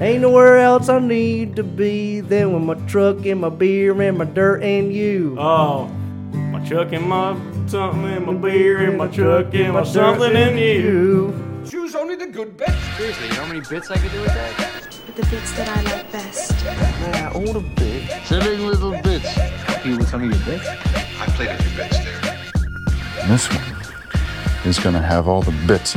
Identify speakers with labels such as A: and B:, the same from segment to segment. A: Ain't nowhere else I need to be than with my truck and my beer and my dirt and you.
B: Oh, my truck and my something and my beer and my truck and my something and you.
C: Choose only the good bits.
D: Seriously, you know how many bits I could do with that?
E: but the bits that I like best.
D: Man, all the bits. Seven little bits. Happy with some of your bits?
C: I played a few bits there.
F: This one is going to have all the bits.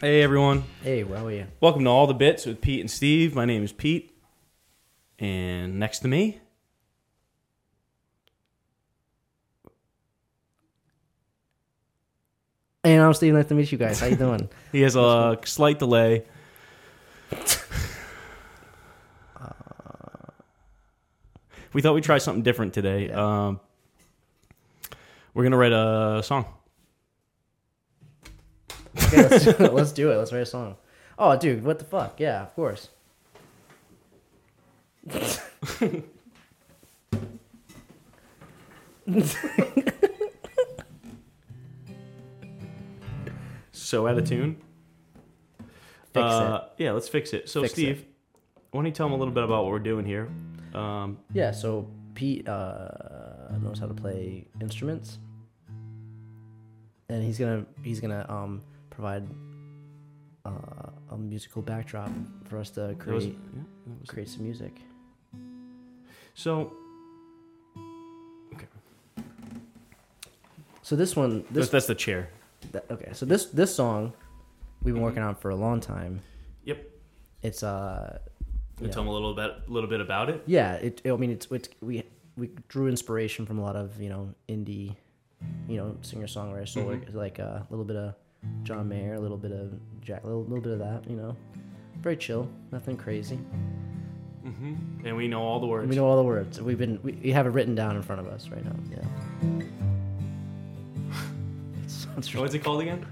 B: Hey everyone,
A: Hey, well, yeah.
B: welcome to All the Bits with Pete and Steve. My name is Pete, and next to me,
A: And I'm Steve. Nice to meet you guys. How you doing?
B: he has a slight delay. We thought we'd try something different today. Um, we're gonna write a song.
A: okay, let's, let's do it. Let's write a song. Oh, dude, what the fuck? Yeah, of course.
B: So out of tune.
A: Fix
B: Uh, Yeah, let's fix it. So,
A: Fix it.
B: Steve, why don't you tell them a little bit about what we're doing here? Um,
A: it. Yeah, so Pete uh, knows how to play instruments, and he's gonna he's gonna um provide uh, a musical backdrop for us to
B: that was-
A: create
B: yeah, that was-
A: create some music.
B: so,
A: So this one,
B: this,
A: this
B: that's the chair.
A: th- okay. So this this song we've been working on for a long time.
B: Yep.
A: It's uh
B: And Tell them a little bit, little bit about it.
A: yeah it, i mean it's, it's we we drew inspiration from a lot of you know indie you know singer songwriters so like- like uh, a little bit of john mayer a little bit of jack a little, little bit of that you know very chill nothing crazy
B: And we know all the words.
A: Mm-hmm. we know all the words we've been we, we have it written down in front of us right now yeah it sounds really,
B: Oh, What's it called again?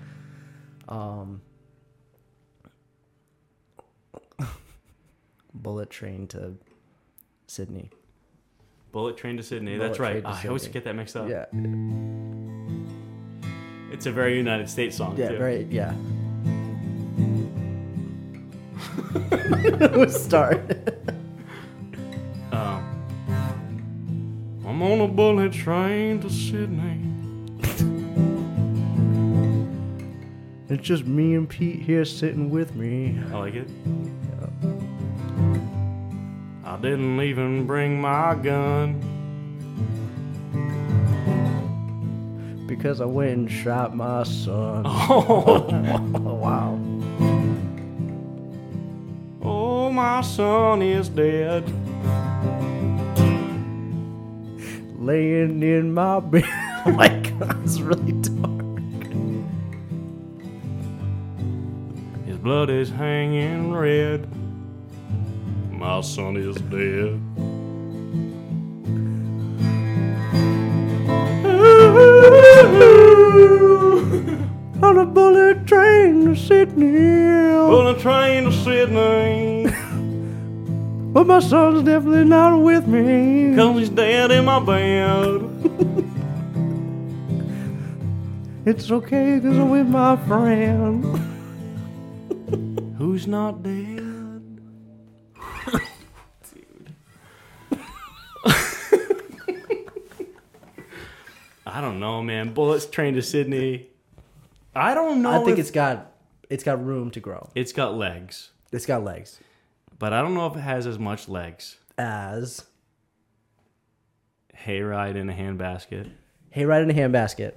A: um bullet train to sydney
B: Bullet Train to Sydney. that's
A: Bullet Train
B: right.
A: to
B: Ah, I always
A: Sydney.
B: get that mixed up.
A: yeah
B: It's a very United States song.
A: Yeah,
B: too.
A: very yeah. Let's start.
B: Um, I'm on a bullet train to Sydney.
A: It's just me and Pete here sitting with me.
B: I like it. I didn't even bring my gun.
A: Because I went and shot my son. Oh, wow.
B: Oh, my son is dead.
A: Laying in my bed. oh my god, it's really dark.
B: His blood is hanging red. My son is dead.
A: On a bullet train to Sydney.
B: Bullet train to Sydney.
A: But my son's definitely not with me.
B: Cause he's dead in my bed.
A: It's okay, cause I'm with my friend.
B: Who's not dead? Dude. I don't know, man. Bullets train to Sydney. I don't know.
A: I think
B: if-
A: it's got it's got room to grow.
B: it's got legs,
A: It's got legs.
B: but I don't know if it has as much legs.
A: As
B: Hayride in a handbasket.
A: Hayride in a handbasket.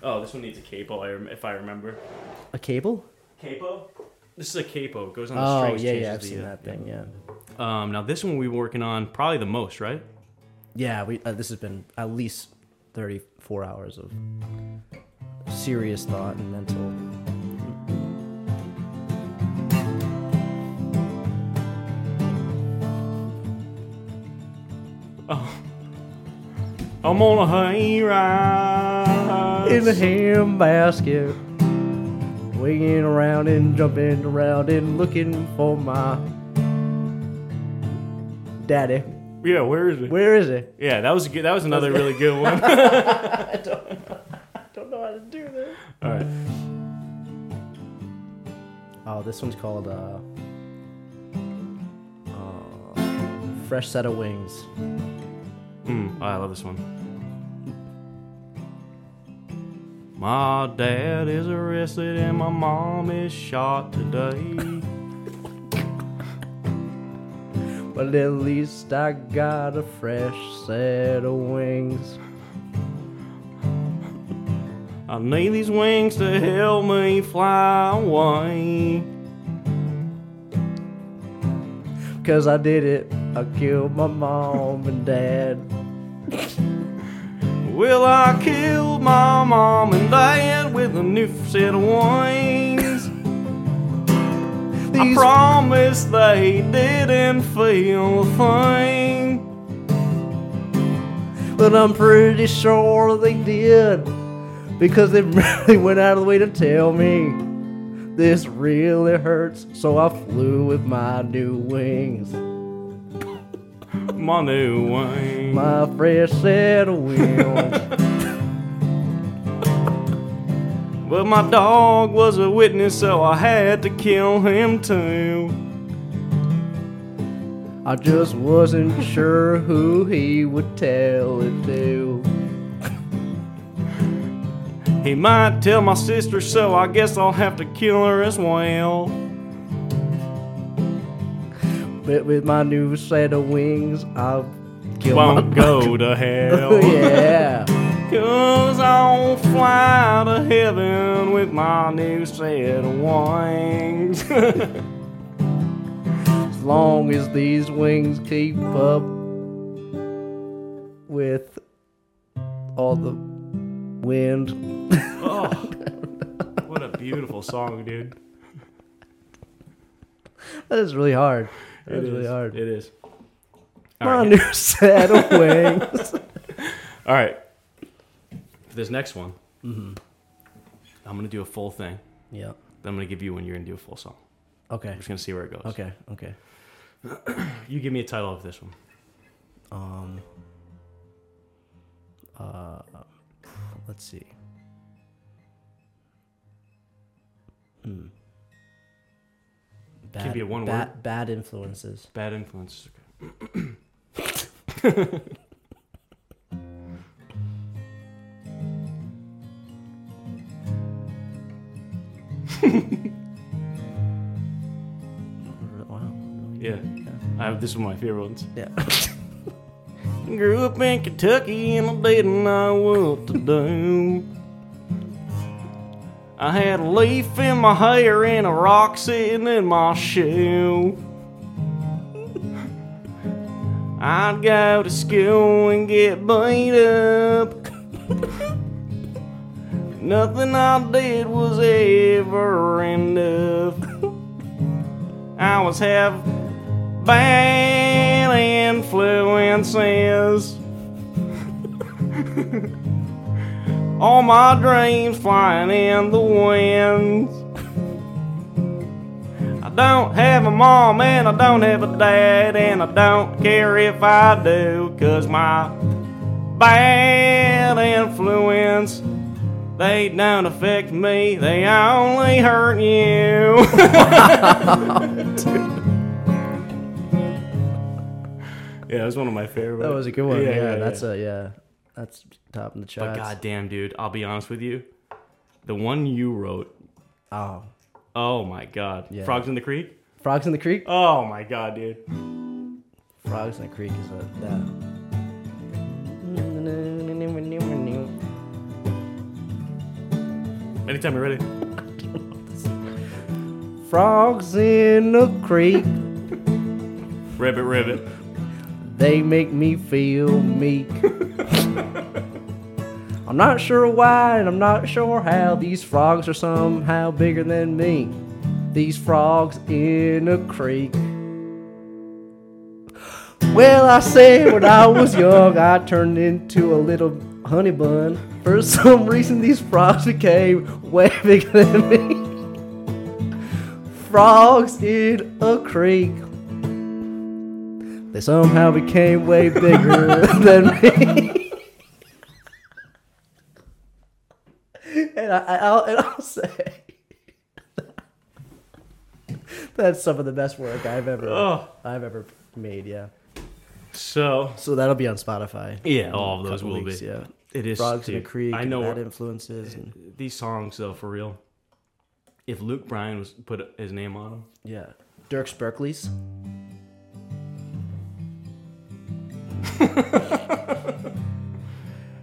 B: Oh, this one needs a capo. I rem- if I remember.
A: A cable?
B: Capo. This is a capo. It goes on the
A: Oh
B: strings.
A: yeah,
B: changes
A: yeah, I've
B: the,
A: seen
B: uh,
A: that thing. Yeah,
B: Um, now this one we were working on probably the most, right?
A: yeah. We uh, this has been at least thirty-four hours of serious thought and mental.
B: I'm on a hayride.
A: In the handbasket, winging around and jumping around and looking for my daddy.
B: yeah, where is it?
A: Where is it?
B: Yeah, that was a good, that was another really good one.
A: Don't know how to do this.
B: All right.
A: Oh, this one's called uh, fresh set of wings.
B: Mm, I love this one. My dad is arrested and my mom is shot today.
A: But at least I got a fresh set of wings.
B: I need these wings to help me fly away.
A: Cause I did it. I killed my mom and dad.
B: Will I kill my mom and dad with a new set of wings? I
A: These-
B: promise they didn't feel a thing.
A: But I'm pretty sure they did. Because they really went out of the way to tell me. This really hurts. So I flew with my new wings.
B: My new wings.
A: My fresh set of wings.
B: But my dog was a witness, so I had to kill him too.
A: I just wasn't sure who he would tell it to.
B: He might tell my sister, so I guess I'll have to kill her as well.
A: But with my new set of wings, I'll kill
B: Won't
A: my
B: go to hell.
A: Oh, yeah.
B: Cause I'll fly to heaven with my new set of wings.
A: As long as these wings keep up with all the wind.
B: oh, what a beautiful song, dude.
A: That is really hard.
B: It
A: That is really
B: is.
A: hard.
B: It is. All
A: my
B: right.
A: new set of wings.
B: All right. For this next one, I'm going to do a full thing.
A: yeah.
B: Then I'm going to give you one. You're going to do a full song.
A: Okay.
B: I'm just going to see where it goes.
A: Okay. Okay.
B: You give me a title of this one.
A: Um. Uh, let's see. Hmm. Bad,
B: you a one
A: bad, Bad influences.
B: Bad influences.
A: Wow.
B: Yeah. I have this is one of my favorite ones.
A: Yeah.
B: Grew up in Kentucky and I didn't know what to do. I had a leaf in my hair and a rock sitting in my shoe. I'd go to school and get beat up. Nothing I did was ever enough. I was half bad influences. All my dreams flying in the winds. I don't have a mom and I don't have a dad, and I don't care if I do, cause my bad influence. They don't affect me, they only hurt you. Yeah, it was one of my favorite.
A: That was a good one. Yeah, that's a yeah. That's top in the
B: But
A: charts.
B: goddamn, dude, I'll be honest with you, the one you wrote.
A: Oh,
B: Oh my god,
A: Yeah.
B: frogs in the creek.
A: frogs in the creek.
B: Oh my god, dude.
A: Frogs in the creek is what. Yeah.
B: Anytime you're ready.
A: Frogs in the creek.
B: Ribbit, ribbit.
A: They make me feel meek. I'm not sure why, and I'm not sure how these frogs are somehow bigger than me. These frogs in a creek. Well, I say when I was young, I turned into a little honey bun. For some reason, these frogs became way bigger than me. Frogs in a creek. They somehow became way bigger than me. and, I, I, I'll, and I'll say that's some of the best work I've ever
B: Oh.
A: I've ever made. Yeah,
B: So
A: So that'll be on Spotify.
B: yeah, all of those
A: Couple
B: will
A: weeks,
B: be.
A: Yeah.
B: It is.
A: Frogs in a
B: dude,
A: Creek.
B: I know
A: and that
B: we're-
A: influences. And,
B: these songs though, for real. If Luke Bryan was put his name on them,
A: yeah. Dirk Berkeley's.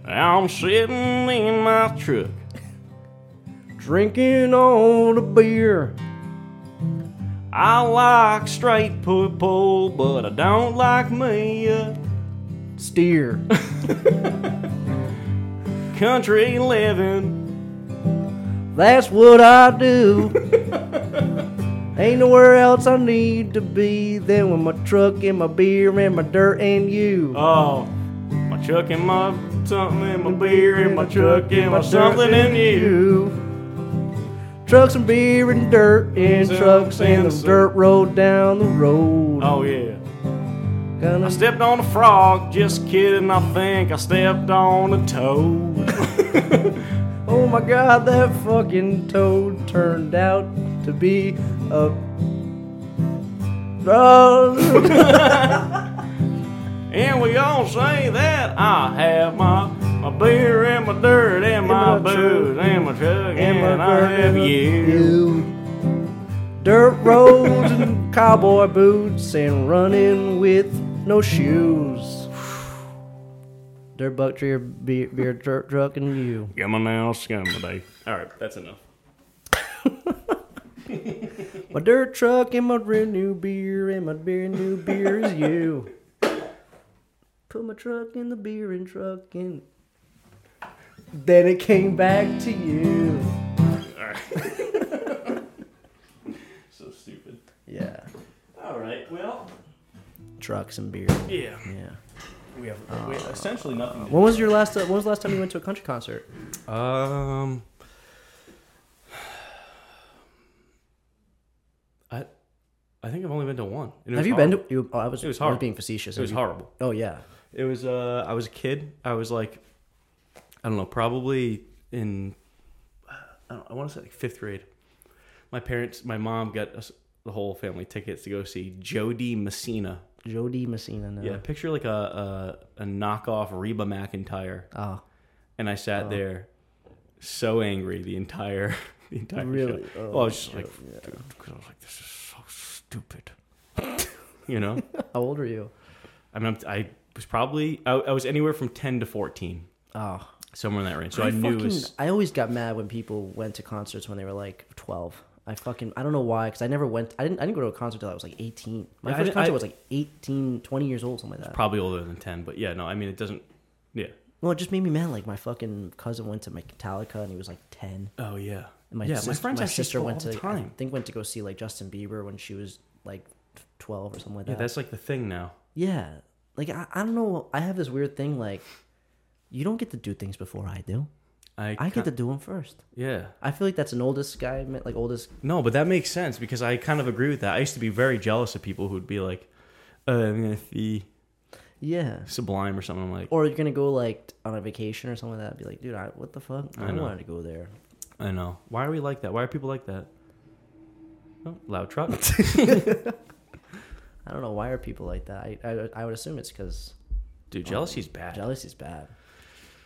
B: I'm sitting in my truck.
A: Drinking all the beer.
B: I like straight people, but I don't like me. a
A: Steer.
B: Country living,
A: That's what I do. Ain't nowhere else I need to be than with my truck and my beer and my dirt and you.
B: oh, my truck and my something and my beer and my truck and my something and you.
A: Trucks and beer and dirt and
B: Some
A: trucks and the
B: sense of-
A: dirt road down the road.
B: Oh yeah.
A: Gonna
B: I stepped on a frog, just kidding. I think I stepped on a toad.
A: Oh my god, that fucking toad turned out to be a. Oh,
B: and we all say that I have my my beer and my dirt and my
A: And my
B: booze
A: truck.
B: and my truck and,
A: my
B: I
A: girl
B: have you.
A: Dirt roads and cowboy boots and running with no shoes. Dirt buck tree or beer, beer dirt truck and you.
B: Come on now, scum today. All right, that's enough.
A: My dirt truck and my brand new beer and my brand new beer is you. Put my truck in the beer and truck and then it came back to you.
B: So stupid.
A: Yeah.
B: All right, well,
A: Trucks and beer.
B: yeah,
A: Yeah.
B: we have, we have essentially nothing.
A: When was your last? uh, when was the last time you went to a country concert?
B: To um, I, I think I've only been to one. and
A: Have
B: it was
A: you
B: horrible.
A: been to? You, oh, I was.
B: It was
A: I
B: hard.
A: being facetious.
B: It was
A: Have you-
B: horrible.
A: Oh yeah.
B: It was uh I was a kid. I was like I don't know, probably in I, don't, I want to say like 5th grade. My parents, my mom got us the whole family tickets to go see Jody Messina.
A: Jody Messina. No.
B: Yeah, picture like a a, a knockoff Reba McIntyre.
A: Oh,
B: And I sat there so angry the entire the entire
A: Really?
B: show.
A: Oh,
B: well, I was just like dude, 'cause I was like this is so stupid. you know?
A: how old were you?
B: I mean I'm, I was probably I, I was anywhere from 10 to 14
A: Oh,
B: somewhere in that range. So I, knew it
A: fucking-
B: was
A: I always got mad when people went to concerts when they were like twelve. I fucking I don't know why because I never went. I didn't I didn't go to a concert till I was like eighteen. My
B: Yeah, I
A: first
B: didn't-
A: concert
B: I-
A: was like 18, 20 years old, something like that.
B: probably older than ten, but yeah, no, I mean it doesn't. Yeah.
A: well, it just made me mad. Like my fucking cousin went to Metallica and he was like ten.
B: Oh yeah.
A: And my
B: yeah,
A: sis- my
B: actually
A: sister
B: go
A: went
B: all
A: to
B: the time.
A: I think went to go see like Justin Bieber when she was like twelve or something like that.
B: Yeah, that's like the thing now.
A: Yeah. Like I, I don't know. I have this weird thing like you don't get to do things before I do.
B: I,
A: I get to
B: kin-
A: do them first.
B: yeah.
A: I feel like that's an oldest guy, me- like oldest.
B: No, but that makes sense because I kind of agree with that. I used to be very jealous of people who'd be like, uh, "I'm gonna see
A: Yeah.
B: Sublime or something." I'm like,
A: Or you're gonna go like on a vacation or something like that. Be like, dude, I, what the fuck? I,
B: know.
A: wanted to go there.
B: I know. Why are we like that? Why are people like that? Oh, loud truck.
A: I don't know why are people like that. I I, I would assume it's because
B: Dude, jealousy's bad.
A: jealousy's bad.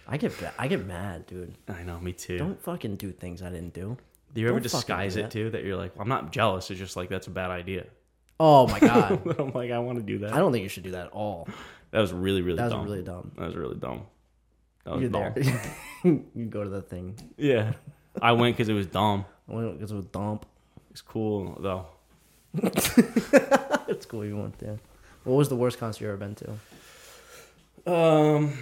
A: I get ba- I get mad, dude.
B: I know, me too.
A: Don't fucking do things I didn't do.
B: do you ever
A: don't fucking
B: disguise
A: do
B: it
A: that.
B: too? That you're like, well, I'm not jealous. It's just like that's a bad idea.
A: Oh my god,
B: But I'm like, I want to do that.
A: I don't think you should do that at all.
B: That was really, really
A: That was
B: dumb.
A: really dumb.
B: That was really dumb. That was
A: You're
B: dumb.
A: there. you go to the thing.
B: Yeah. I went because it was dumb.
A: I went because of dump.
B: It's cool, though.
A: It's cool you went there. What was the worst concert you ever been to?
B: Um,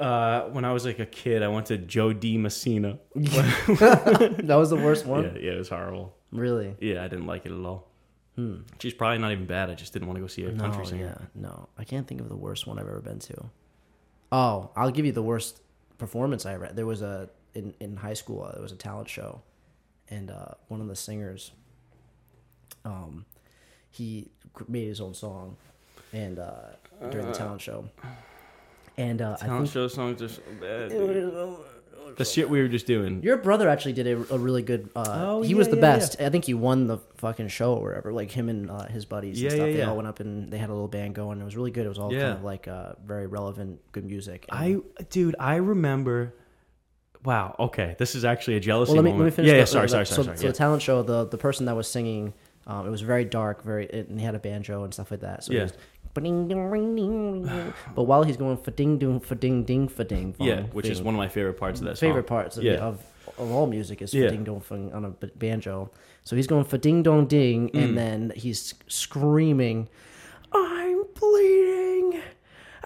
B: uh, when I was like a kid, I went to Joe D. Messina.
A: That was the worst
B: Yeah,
A: one.
B: yeah, it was horrible.
A: Really?
B: Yeah, I didn't like it at all. She's probably not even bad. I just didn't want to go see a
A: Hmm. No,
B: country
A: yeah,
B: singer.
A: no. I can't think of the worst one I've ever been to. Oh, I'll give you the worst performance I ever. There was a in in high school. Uh, there was a talent show, and uh, one of the singers, um, he cr- made his own song, and uh, during the talent show, and uh, I
B: Talent
A: think
B: show songs are so bad. dude. The shit we were just doing.
A: Your brother actually did a, a really good. Uh,
B: Oh,
A: he
B: yeah,
A: was the
B: yeah,
A: best. I think he won the fucking show or whatever. Like him and uh, his buddies
B: Yeah,
A: and stuff.
B: yeah,
A: they
B: yeah.
A: all went up and they had a little band going. It was really good. It was all
B: Yeah.
A: kind of like uh, very relevant, good music. And-
B: I, dude, I remember. Wow. Okay, this is actually a jealousy
A: well, let me,
B: moment.
A: let me finish.
B: yeah,
A: the-
B: yeah. Sorry,
A: the-
B: sorry, sorry,
A: so,
B: sorry.
A: so
B: yeah.
A: the talent show, the the person that was singing, um, it was very dark, very, and he had a banjo and stuff like that. So he
B: Yeah.
A: was ba-ding, ding, ring, ding, ding. But while he's going for ding, ding, for ding, ding, for ding,
B: yeah, which is one of my favorite parts of that. song.
A: favorite parts of,
B: Oh, Yeah.
A: of, of all music is
B: Yeah.
A: ding dong fing on a b- banjo. So he's going for ding dong ding,
B: Mm.
A: and then he's screaming, "I'm bleeding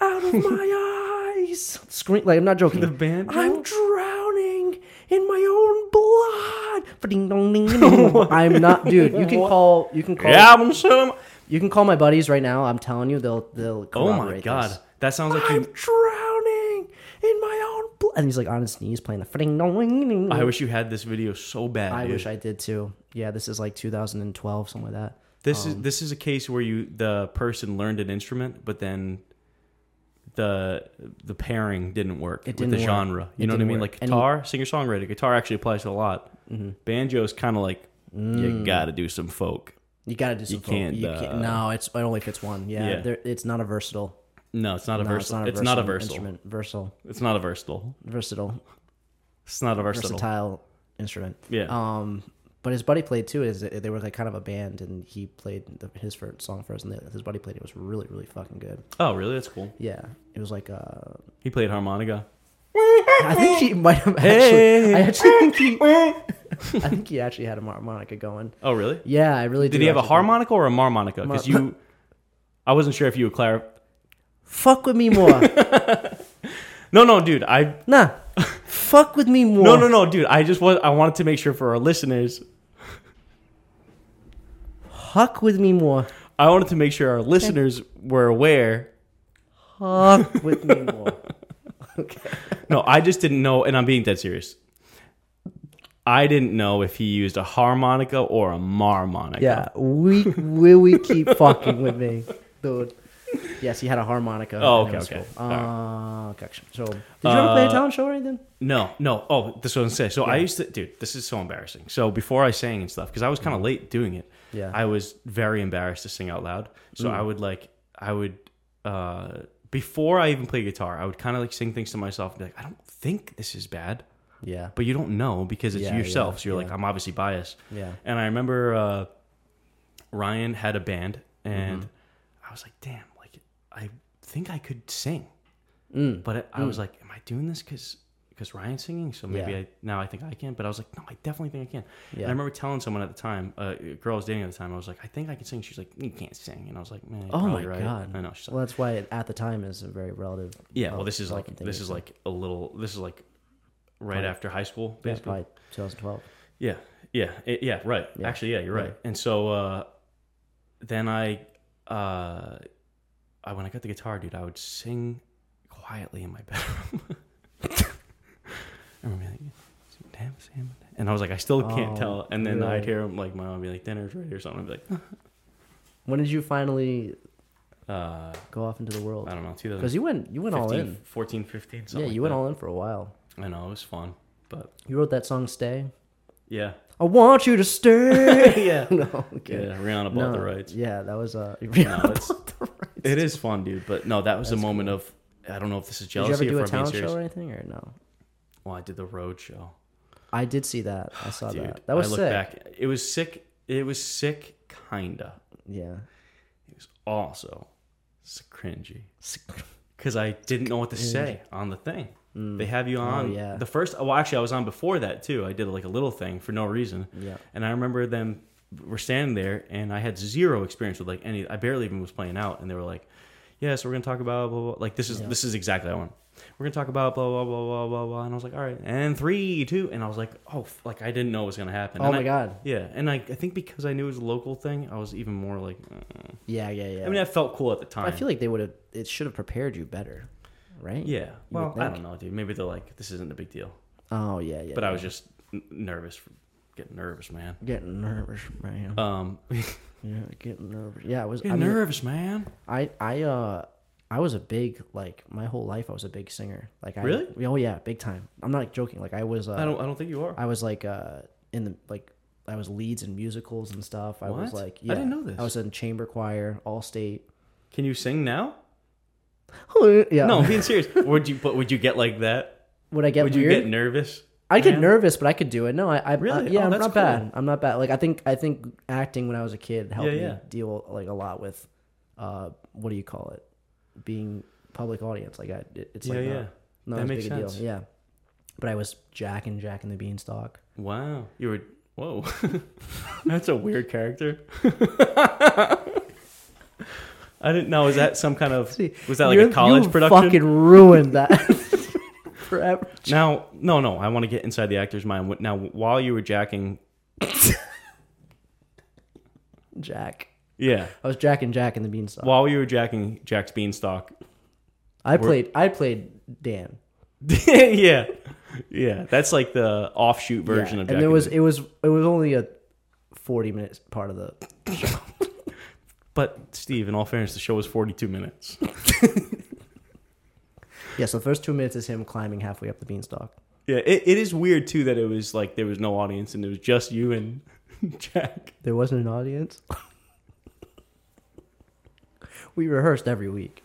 A: out of my eyes!" Scream like I'm not joking. The
B: banjo?
A: I'm drowning in my own blood. For ding dong ding. ding, dong. I'm not, dude. You can call. You can call.
B: Yeah, I'm some.
A: You can call my buddies right now. I'm telling you, they'll they'll.
B: Oh my
A: corroborate
B: god,
A: this.
B: that sounds like
A: I'm
B: you.
A: drowning in my own blood. And he's like on his knees playing the fring dong.
B: I wish you had this video so bad.
A: I
B: dude.
A: wish I did too. Yeah, this is like 2012, something like that.
B: This is this is a case where you the person learned an instrument, but then the the pairing didn't work
A: It
B: with the
A: didn't work.
B: genre. You
A: It
B: know what I
A: didn't
B: mean?
A: work.
B: Like
A: And Mm-hmm. he-
B: guitar, singer songwriter. Guitar actually applies to a lot. Banjo is kind of like
A: Mm.
B: you got to do some folk.
A: You got to do some. folk.
B: can't,
A: You
B: uh,
A: can't. No, it's it only fits one. Yeah,
B: Yeah.
A: There, it's not a versatile.
B: No, it's not a
A: No, it's
B: versatile.
A: not a
B: It's not a
A: versatile
B: versatile.
A: instrument. Versatile,
B: It's not a versatile.
A: versatile,
B: It's not a versatile.
A: versatile instrument.
B: Yeah.
A: Um, but his buddy played too. Is they were like kind of a band, and he played the, his first song first, and his buddy played it. It was really, really fucking good.
B: Oh, really? That's cool.
A: Yeah, it was like uh,
B: He played harmonica.
A: I think he might have actually.
B: Hey.
A: I actually think he. I think he actually had a harmonica going.
B: Oh, really?
A: Yeah, I really
B: Did
A: do
B: he have a
A: actually think-
B: harmonica or a marmonica? Because
A: Mar-
B: you, I wasn't sure if you would clarify.
A: Fuck with me more.
B: No, no, dude. I
A: Nah. Fuck with me more.
B: no, no, no, dude. I just was. I wanted to make sure for our listeners.
A: Fuck with me more.
B: I wanted to make sure our listeners were aware.
A: Fuck with me more.
B: No, I just didn't know, and I'm being dead serious. I didn't know if he used a harmonica or a marmonica.
A: Yeah. We will we keep fucking with me, dude. Yes, he had a harmonica.
B: Oh,
A: and it
B: okay,
A: was
B: okay.
A: cool.
B: All Uh,
A: Uh, gotcha. So, did you ever play a talent show or anything?
B: No, no. Oh, this is what I'm saying. So I used to, dude. This is so embarrassing. So before I sang and stuff, because I was kind of late doing it.
A: Yeah. Mm.
B: I was very embarrassed to sing out loud. So I would like, I would, uh, before I even play guitar, I would kind of like sing things to myself and be like, I don't think this is bad.
A: Yeah.
B: but you don't know because it's
A: Yeah, yeah,
B: yourself. so you're
A: yeah.
B: like, I'm obviously biased.
A: Yeah.
B: And I remember uh, Ryan had a band, and
A: Mm-hmm.
B: I was like, damn, like I think I could sing,
A: Mm,
B: but I, I was like, am I doing this because? Because Ryan's singing, so maybe
A: Yeah.
B: I now I think I can. But I was like, no, I definitely think I can. And
A: Yeah.
B: I remember telling someone at the time, uh, a girl I was dating at the time, I was like, I think I can sing. She's like, you can't sing, and I was like, man, you're
A: Oh my
B: probably right.
A: god.
B: I know. She's like,
A: well, that's why it, at the time is a very relative.
B: yeah.
A: uh,
B: Well, this is like
A: relevant thing
B: this
A: to
B: is
A: say.
B: like a little. This is like right after high school,
A: yeah,
B: basically.
A: probably 2012.
B: Yeah, yeah, i- yeah. Right. Actually, yeah, you're right. And so uh, then I, uh, I when I got the guitar, dude, I would sing quietly in my bedroom. I remember being like, "Damn, Sam," and I was like, I still can't
A: Oh,
B: tell. And then I'd
A: really?
B: hear like my mom be like, "Dinner's ready" or something. I'd be like,
A: When did you finally
B: uh,
A: go off into the world?
B: I don't know,
A: Because
B: 2015,
A: you went you went all in.
B: 14, 15,
A: Yeah,
B: something.
A: you
B: like
A: went
B: that.
A: all in for a while.
B: I know it was fun, but
A: You wrote that song "Stay."
B: yeah,
A: I want you to stay.
B: yeah,
A: no, okay.
B: yeah. Rihanna bought the rights.
A: Yeah, that was uh.
B: it's- It is fun, dude. But no, that was a moment of I don't know if this is
A: Did you ever
B: jealousy
A: do
B: or
A: a
B: if I'm being
A: talent
B: serious.
A: show or anything or no?
B: Well, I did the road show,
A: I did see that. I saw
B: Ah, dude.
A: that. That was
B: I look
A: sick.
B: back. It was sick. It was sick, kinda.
A: Yeah.
B: It was also s- cringy because I didn't know what to say on the thing. They have you
A: Mm.
B: on
A: Oh, yeah.
B: the first. oh, Well, actually, I was on before that too. I did like a little thing for no reason.
A: Yeah.
B: And I remember them. We're standing there, and I had zero experience with like any. I barely even was playing out, and they were like, "Yeah, so we're gonna talk about blah blah." blah. Like this is this is exactly what I want. We're gonna talk about blah blah blah blah blah blah, and I was like, "All right," and three, two, and I was like, "Oh, f- like I didn't know what was gonna happen."
A: Oh
B: And
A: my
B: I-
A: God.
B: Yeah, and I, I think because I knew it was a local thing, I was even more like, uh,
A: Yeah, yeah, yeah.
B: I mean, that felt cool at the time.
A: I feel like they would have. It should have prepared you better, right?
B: Yeah. Well, I
A: think.
B: don't know, dude. Maybe they're like, this isn't a big deal.
A: Oh yeah, yeah.
B: But I was just n- nervous, getting nervous, man.
A: getting nervous, man.
B: Um,
A: yeah, getting nervous. Yeah, I was. I
B: getting
A: mean,
B: nervous, man.
A: I I uh I was a big like my whole life. I was a big singer. Like I,
B: Really?
A: Oh yeah, big time. I'm not joking. Like I was. Uh,
B: I don't. I don't think you are.
A: I was like uh in the like I was leads in musicals and stuff. I was
B: What?
A: like
B: I didn't know this.
A: I was in chamber choir, all state.
B: Can you sing now?
A: yeah.
B: No, I'm being serious. would you? But would you get like that?
A: would I get
B: Would
A: weird?
B: you get nervous?
A: I get nervous, but I could do it. No, I, I
B: Really?
A: I- yeah,
B: Oh,
A: I'm
B: that's
A: not
B: cool.
A: bad. I'm not bad. Like I think I think acting when I was a kid helped
B: Yeah, yeah.
A: me deal like a lot with, uh, what do you call it, being public audience. Like I, it- it's like
B: Yeah,
A: not-
B: yeah.
A: not
B: That
A: as
B: makes
A: big a deal.
B: sense.
A: Yeah, but I was Jack and Jack and the Beanstalk.
B: Wow. You were. Whoa. That's a weird character. I didn't know. Is that some kind of? Was that like
A: You're-
B: a college
A: you
B: production?
A: Fucking ruined that forever.
B: Now, no, no. I want to get inside the actor's mind. What- Now, while you were jacking,
A: Jack.
B: yeah.
A: I was Jack and Jack and the Beanstalk.
B: While you were jacking Jack's beanstalk,
A: I played. I played Dan.
B: yeah, yeah. That's like the offshoot version
A: Yeah.
B: of. Jack
A: and there was it was it was only a forty minutes part of the
B: but Steve, in all fairness, the show was forty-two minutes.
A: Yeah, so the first two minutes is him climbing halfway up the beanstalk.
B: yeah, it, it is weird too that it was like there was no audience and it was just you and Jack.
A: There wasn't an audience. we rehearsed every week.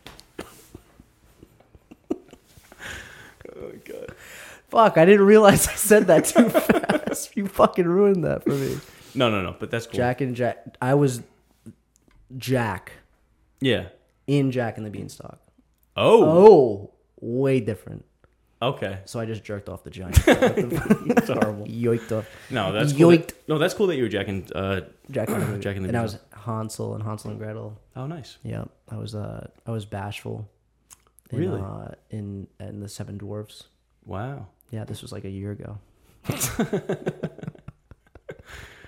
B: Oh god.
A: Fuck, I didn't realize I said that too fast. You fucking ruined that for me.
B: No, no, no. But that's cool.
A: Jack and Jack. I was Jack
B: Yeah.
A: in Jack and the Beanstalk.
B: Oh.
A: Oh, way different. Oh.
B: Okay.
A: So I just jerked off the giant. That's horrible. Yoinked off.
B: No, that's cool. that-
A: Yoinked.
B: no, that's cool that you were jacking. Uh,
A: Jack and the, Beanstalk.
B: Jack and the
A: And I was Hansel and Hansel and Gretel.
B: oh, nice.
A: Yeah, I was uh I was bashful. In,
B: Really?
A: Uh, in in the Seven Dwarfs.
B: Wow.
A: Yeah, this was like a year ago.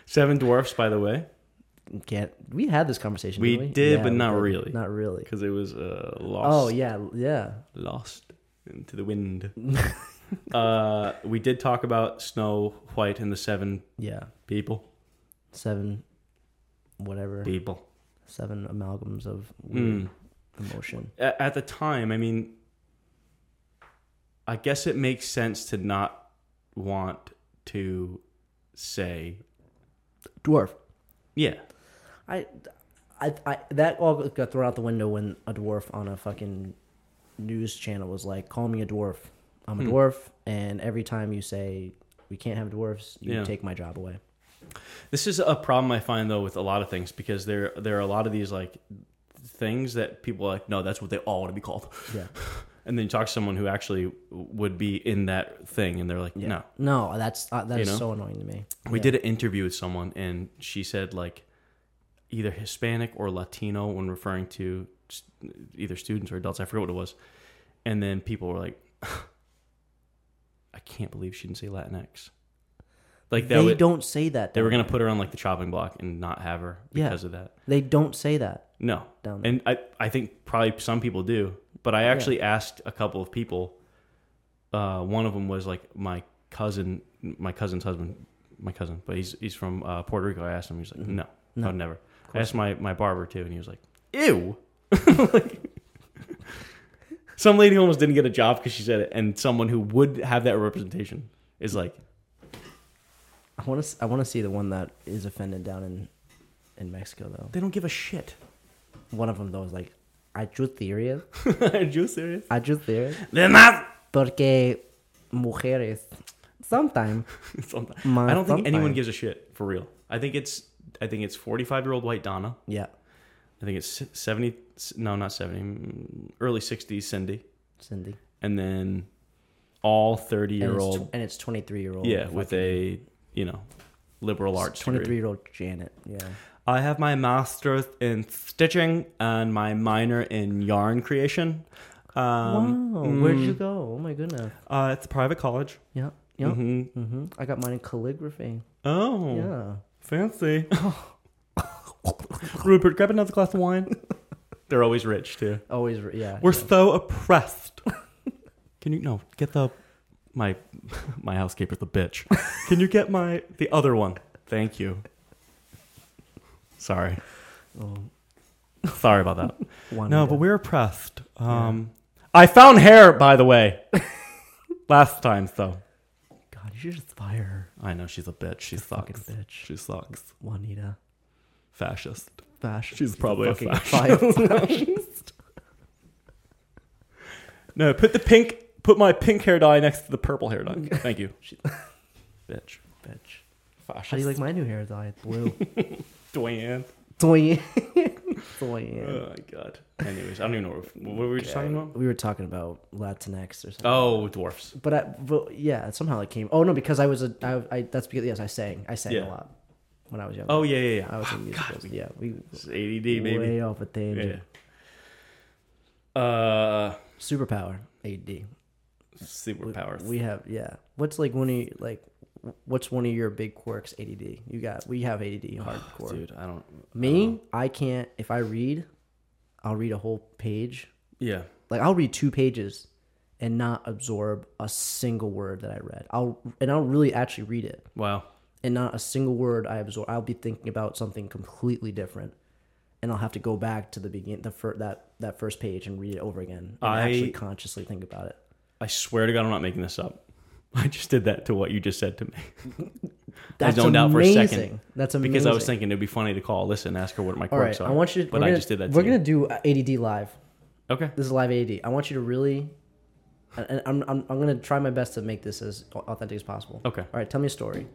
B: Seven Dwarfs, by the way,
A: Can't we had this conversation?
B: We
A: didn't
B: did, but
A: we
B: not really.
A: Not really.
B: because it was uh, lost.
A: Oh yeah, yeah.
B: lost into the wind. uh, we did talk about Snow White and the Seven
A: Yeah,
B: People.
A: seven, whatever,
B: People.
A: seven amalgams of weird
B: Mm.
A: emotion.
B: A- At the time, I mean, I guess it makes sense to not want to say,
A: Dwarf.
B: yeah,
A: I, I, I, that all got thrown out the window when a dwarf on a fucking news channel was like, "Call me a dwarf. I'm
B: Hmm.
A: a dwarf," and every time you say we can't have dwarfs, you
B: Yeah.
A: take my job away.
B: This is a problem I find though with a lot of things because there there are a lot of these like things that people are like no that's what they all want to be called.
A: Yeah.
B: And then you talk to someone who actually would be in that thing and they're like no.
A: No, that's uh, that
B: You
A: is
B: know?
A: so annoying to me.
B: We did an interview with someone and she said like either Hispanic or Latino when referring to s- either students or adults I forget what it was. And then people were like I can't believe she didn't say Latinx. Like that
A: they
B: would,
A: don't say that.
B: they were
A: down
B: going to put her on like the chopping block and not have her
A: Yeah.
B: because of that.
A: They don't say that.
B: No.
A: down there.
B: and I, I think probably some people do, but I actually asked a couple of people. Uh, one of them was like my cousin, my cousin's husband, my cousin, but he's he's from uh, Puerto Rico. I asked him, he was like, no, Mm-hmm. no, never. I asked my, my barber too, and he was like, ew. Like, some lady almost didn't get a job because she said it, and someone who would have that representation is like,
A: I want to. I want to see the one that is offended down in in Mexico though.
B: they don't give a shit.
A: One of them though is like, I drew theory.
B: Are you serious?
A: I drew theory
B: They're not.
A: porque mujeres sometimes.
B: Sometime-
A: My
B: I don't think anyone
A: sometime.
B: gives a shit for real. I think it's I think it's 45 year old white Donna.
A: Yeah,
B: I think it's 70 no not 70 mm, early 60s Cindy
A: Cindy.
B: and then all 30
A: And
B: year
A: it's,
B: old
A: tw- and it's twenty three year old.
B: yeah with a you know liberal arts
A: twenty three
B: degree.
A: year old Janet. Yeah,
B: I have my master's in stitching and my minor in yarn creation. Um,
A: wow, where'd you go? Oh my goodness.
B: uh, it's a private college.
A: Yeah, yeah. Mm-hmm. I got mine in calligraphy.
B: Oh,
A: Yeah,
B: fancy. Rupert, grab another glass of wine. They're always rich too.
A: always. re- Yeah,
B: We're so oppressed. Can you no get the my my housekeeper's the bitch. Can you get my the other one? Thank you. Sorry. Sorry about that.
A: Oh, Juanita.
B: No, but we're pressed. Um, I found hair, by the way, last time. So
A: God, you should just fire her,
B: I know she's a bitch. She
A: fucking
B: sucks.
A: bitch.
B: She sucks.
A: Juanita.
B: Fascist.
A: Fascist.
B: She's probably a
A: fucking
B: fascist. No, put the pink. Put my pink hair dye next to the purple hair dye. Thank you. bitch.
A: bitch.
B: Fascist.
A: How do you like my new hair dye? It's blue.
B: Dwayne?
A: Doyen. Doyen.
B: Oh my god. Anyways, I don't even know what, what were we just talking about.
A: We were talking about Latinx or something.
B: Oh, dwarfs.
A: But I, but yeah, somehow it came. Oh no, because I was a. I, I that's because yes, I sang. I sang
B: Yeah.
A: a lot when I was younger.
B: Oh yeah, yeah, yeah.
A: I was in
B: Oh,
A: musicals.
B: God,
A: yeah, we
B: it's ADD, baby.
A: way off a
B: Yeah.
A: tangent.
B: Uh,
A: Superpower, AD.
B: superpowers.
A: We have yeah. What's like one of your, like what's one of your big quirks? ADD. You got we have ADD hardcore.
B: Oh, dude. I don't.
A: Me, I can't. If I read, I'll read a whole page.
B: Yeah.
A: Like I'll read two pages and not absorb a single word that I read. I'll and I'll really actually read it.
B: Wow.
A: and not a single word I absorb. I'll be thinking about something completely different, and I'll have to go back to the begin the fir- that that first page and read it over again. And
B: I-
A: actually consciously think about it.
B: I swear to God, I'm not making this up. I just did that to what you just said to me.
A: That's
B: zoned out for a second
A: amazing. That's amazing.
B: Because I was thinking it'd be funny to call, listen, ask her what my
A: all right,
B: quirks are.
A: I want you to.
B: But
A: we're
B: I
A: gonna-
B: just did that.
A: We're
B: to
A: gonna
B: you.
A: do uh, ADD live.
B: Okay.
A: This is live ADD. I want you to really, and- and I'm I'm, I'm gonna try my best to make this as authentic as possible.
B: Okay.
A: All right, tell me a story.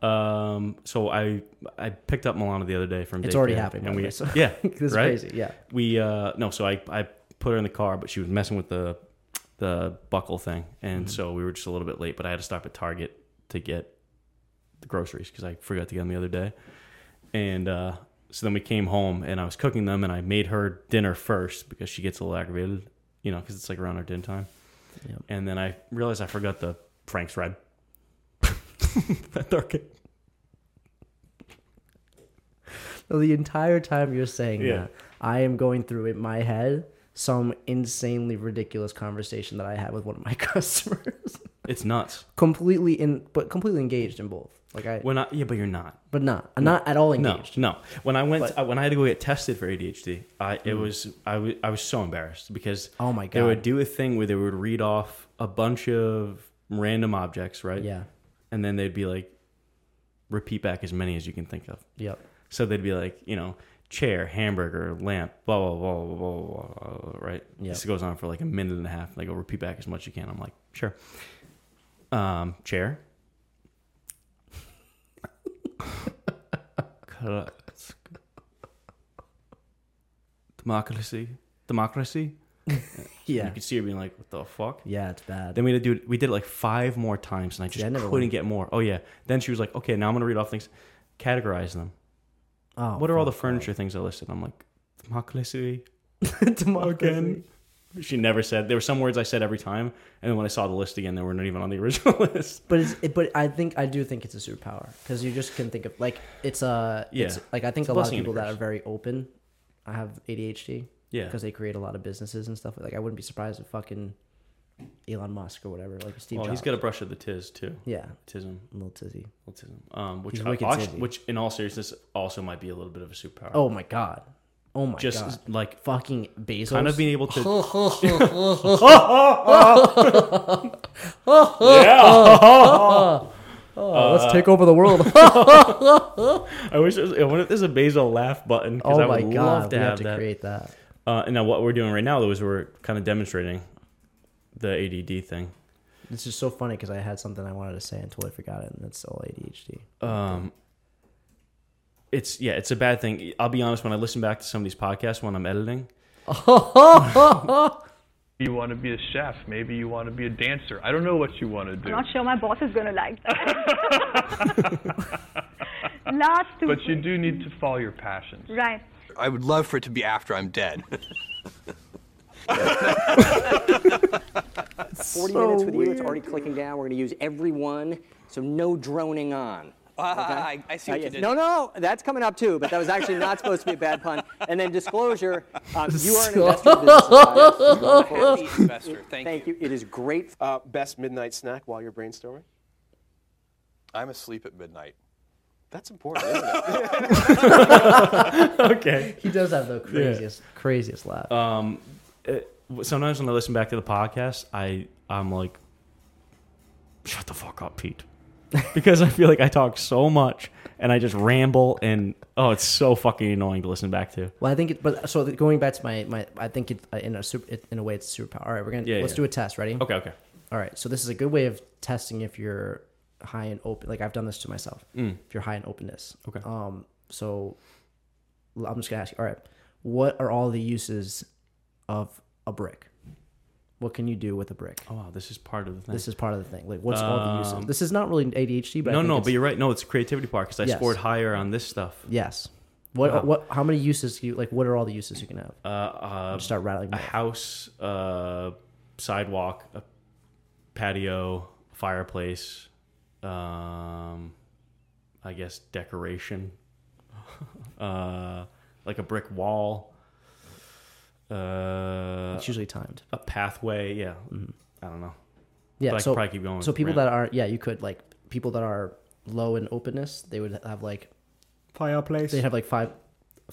B: Um. So I I picked up Milana the other day from.
A: It's already
B: daycare,
A: happening, by
B: And
A: the
B: we
A: way, so-
B: yeah.
A: this is
B: right?
A: crazy. Yeah.
B: We uh no. So I I put her in the car, but she was messing with the the buckle thing,
A: Mm-hmm.
B: and so we were just a little bit late. But I had to stop at Target to get the groceries because I forgot to get them the other day. And uh, so then we came home and I was cooking them and I made her dinner first because she gets a little aggravated, you know, because it's like around her dinner time.
A: Yep.
B: And then I realized I forgot the Frank's Red. That dark.
A: So the entire time you're saying
B: Yeah.
A: that, I am going through in my head some insanely ridiculous conversation that I had with one of my customers.
B: It's nuts.
A: completely in, but completely engaged in both. Like I,
B: When I yeah, but you're not.
A: but not, I'm not at all
B: No,
A: engaged.
B: no. When I went, I- when I had to go get tested for ADHD, I it was I was I was so embarrassed because
A: Oh my
B: they would
A: God.
B: do a thing where they would read off a bunch of random objects, right?
A: Yeah.
B: and then they'd be like, repeat back as many as you can think of.
A: Yep.
B: So they'd be like, you know, chair, hamburger, lamp, blah blah blah blah blah blah, blah, blah right?
A: Yeah.
B: This goes on for like a minute and a half. Like, go repeat back as much as you can. I'm like, sure. Um, chair. Correct. Democracy. Democracy.
A: Yeah.
B: You could see her being like, what the fuck?
A: yeah, it's bad.
B: Then we had to do it, we did it like five more times, and I just
A: I never
B: couldn't
A: went.
B: get more. Oh yeah. Then she was like, "Okay, now I'm gonna read off things, categorize them.
A: oh,
B: what are all the furniture things I listed?" I'm like, "Democracy
A: democracy?
B: again." She never said. There were some words I said every time, and then when I saw the list again, they were not even on the original list.
A: But it's, it, but I think I do think it's a superpower because you just can think of like it's a
B: Yeah.
A: it's, like I think a
B: a
A: lot of
B: blessing and a
A: people that are
B: curse.
A: very open. I have ADHD.
B: Yeah.
A: Because they create a lot of businesses and stuff. Like I wouldn't be surprised if fucking Elon Musk or whatever, like Steve
B: Well,
A: Jobs.
B: he's got a brush of the tiz too.
A: yeah,
B: Tism,
A: a little tizzy.
B: autism. Um, which
A: He's
B: I,
A: wicked
B: actu-
A: tizzy.
B: which in all seriousness also might be a little bit of a superpower.
A: Oh my god. Oh my
B: just
A: god.
B: like
A: Fucking Bezos.
B: kind of being able to.
A: oh,
B: uh,
A: let's take over the world.
B: I wish. There was, I wonder if there's a basal laugh button because I
A: oh my
B: would love
A: god.
B: to
A: We
B: have
A: have to
B: that.
A: create that.
B: Uh, and now what we're doing right now though is we're kind of demonstrating the ADD thing.
A: This is so funny because I had something I wanted to say and totally forgot it, and that's all ADHD.
B: Um, it's yeah, it's a bad thing. I'll be honest. When I listen back to some of these podcasts when I'm editing,
G: you want to be a chef. Maybe you want to be a dancer. I don't know what you want to do.
H: not sure my boss is going to like that. Last two.
G: But you do need to follow your passions.
H: Right.
I: I would love for it to be after I'm dead.
J: 40 minutes with you. It's already clicking down. We're going to use every one, so no droning on.
I: I, I see
J: Uh,
I: what you
J: yes.
I: did.
J: No, no, that's coming up too, but that was actually not supposed to be a bad pun. And then disclosure, um, you are an investor in Business Society.
I: Happy investor. Thank,
J: Thank
I: you.
J: you. It is great
K: Uh, best midnight snack while you're brainstorming?
I: I'm asleep at midnight.
K: That's important, isn't it?
B: okay.
A: He does have the craziest, craziest laugh.
B: Um, it, sometimes when I listen back to the podcast, I I'm like, shut the fuck up, Pete, because I feel like I talk so much and I just ramble and oh, it's so fucking annoying to listen back to.
A: Well, I think it, but so th- going back to my, my I think it, uh, in a super, it, in a way it's a superpower. All right, we're gonna
B: Yeah,
A: let's
B: yeah.
A: do a test. Ready?
B: Okay, okay.
A: All right. So this is a good way of testing if you're high in open. Like I've done this to myself. If you're high in openness.
B: Mm. Okay.
A: Um. So l- I'm just gonna ask you. All right. What are all the uses of a brick? What can you do with a brick?
B: Oh wow, this is part of the thing.
A: This is part of the thing. Like, what's all the
B: Um,
A: uses? This is not really ADHD, but I
B: no,
A: think
B: no,
A: it's-
B: but you're right. No, it's creativity part because I
A: Yes.
B: scored higher on this stuff.
A: yes. What what? How many uses? do You like? What are all the uses you can have?
B: Uh, uh,
A: Start rattling.
B: a
A: them off.
B: house, uh, sidewalk, a patio, fireplace. Um, I guess decoration, uh, like a brick wall. Uh,
A: It's Mm-hmm. usually timed.
B: a pathway. Yeah, I don't know.
A: Yeah,
B: But I could
A: so
B: probably keep going
A: So
B: with
A: people
B: rant.
A: that are yeah, you could like people that are low in openness, they would have like
K: Fireplace.
A: they have like five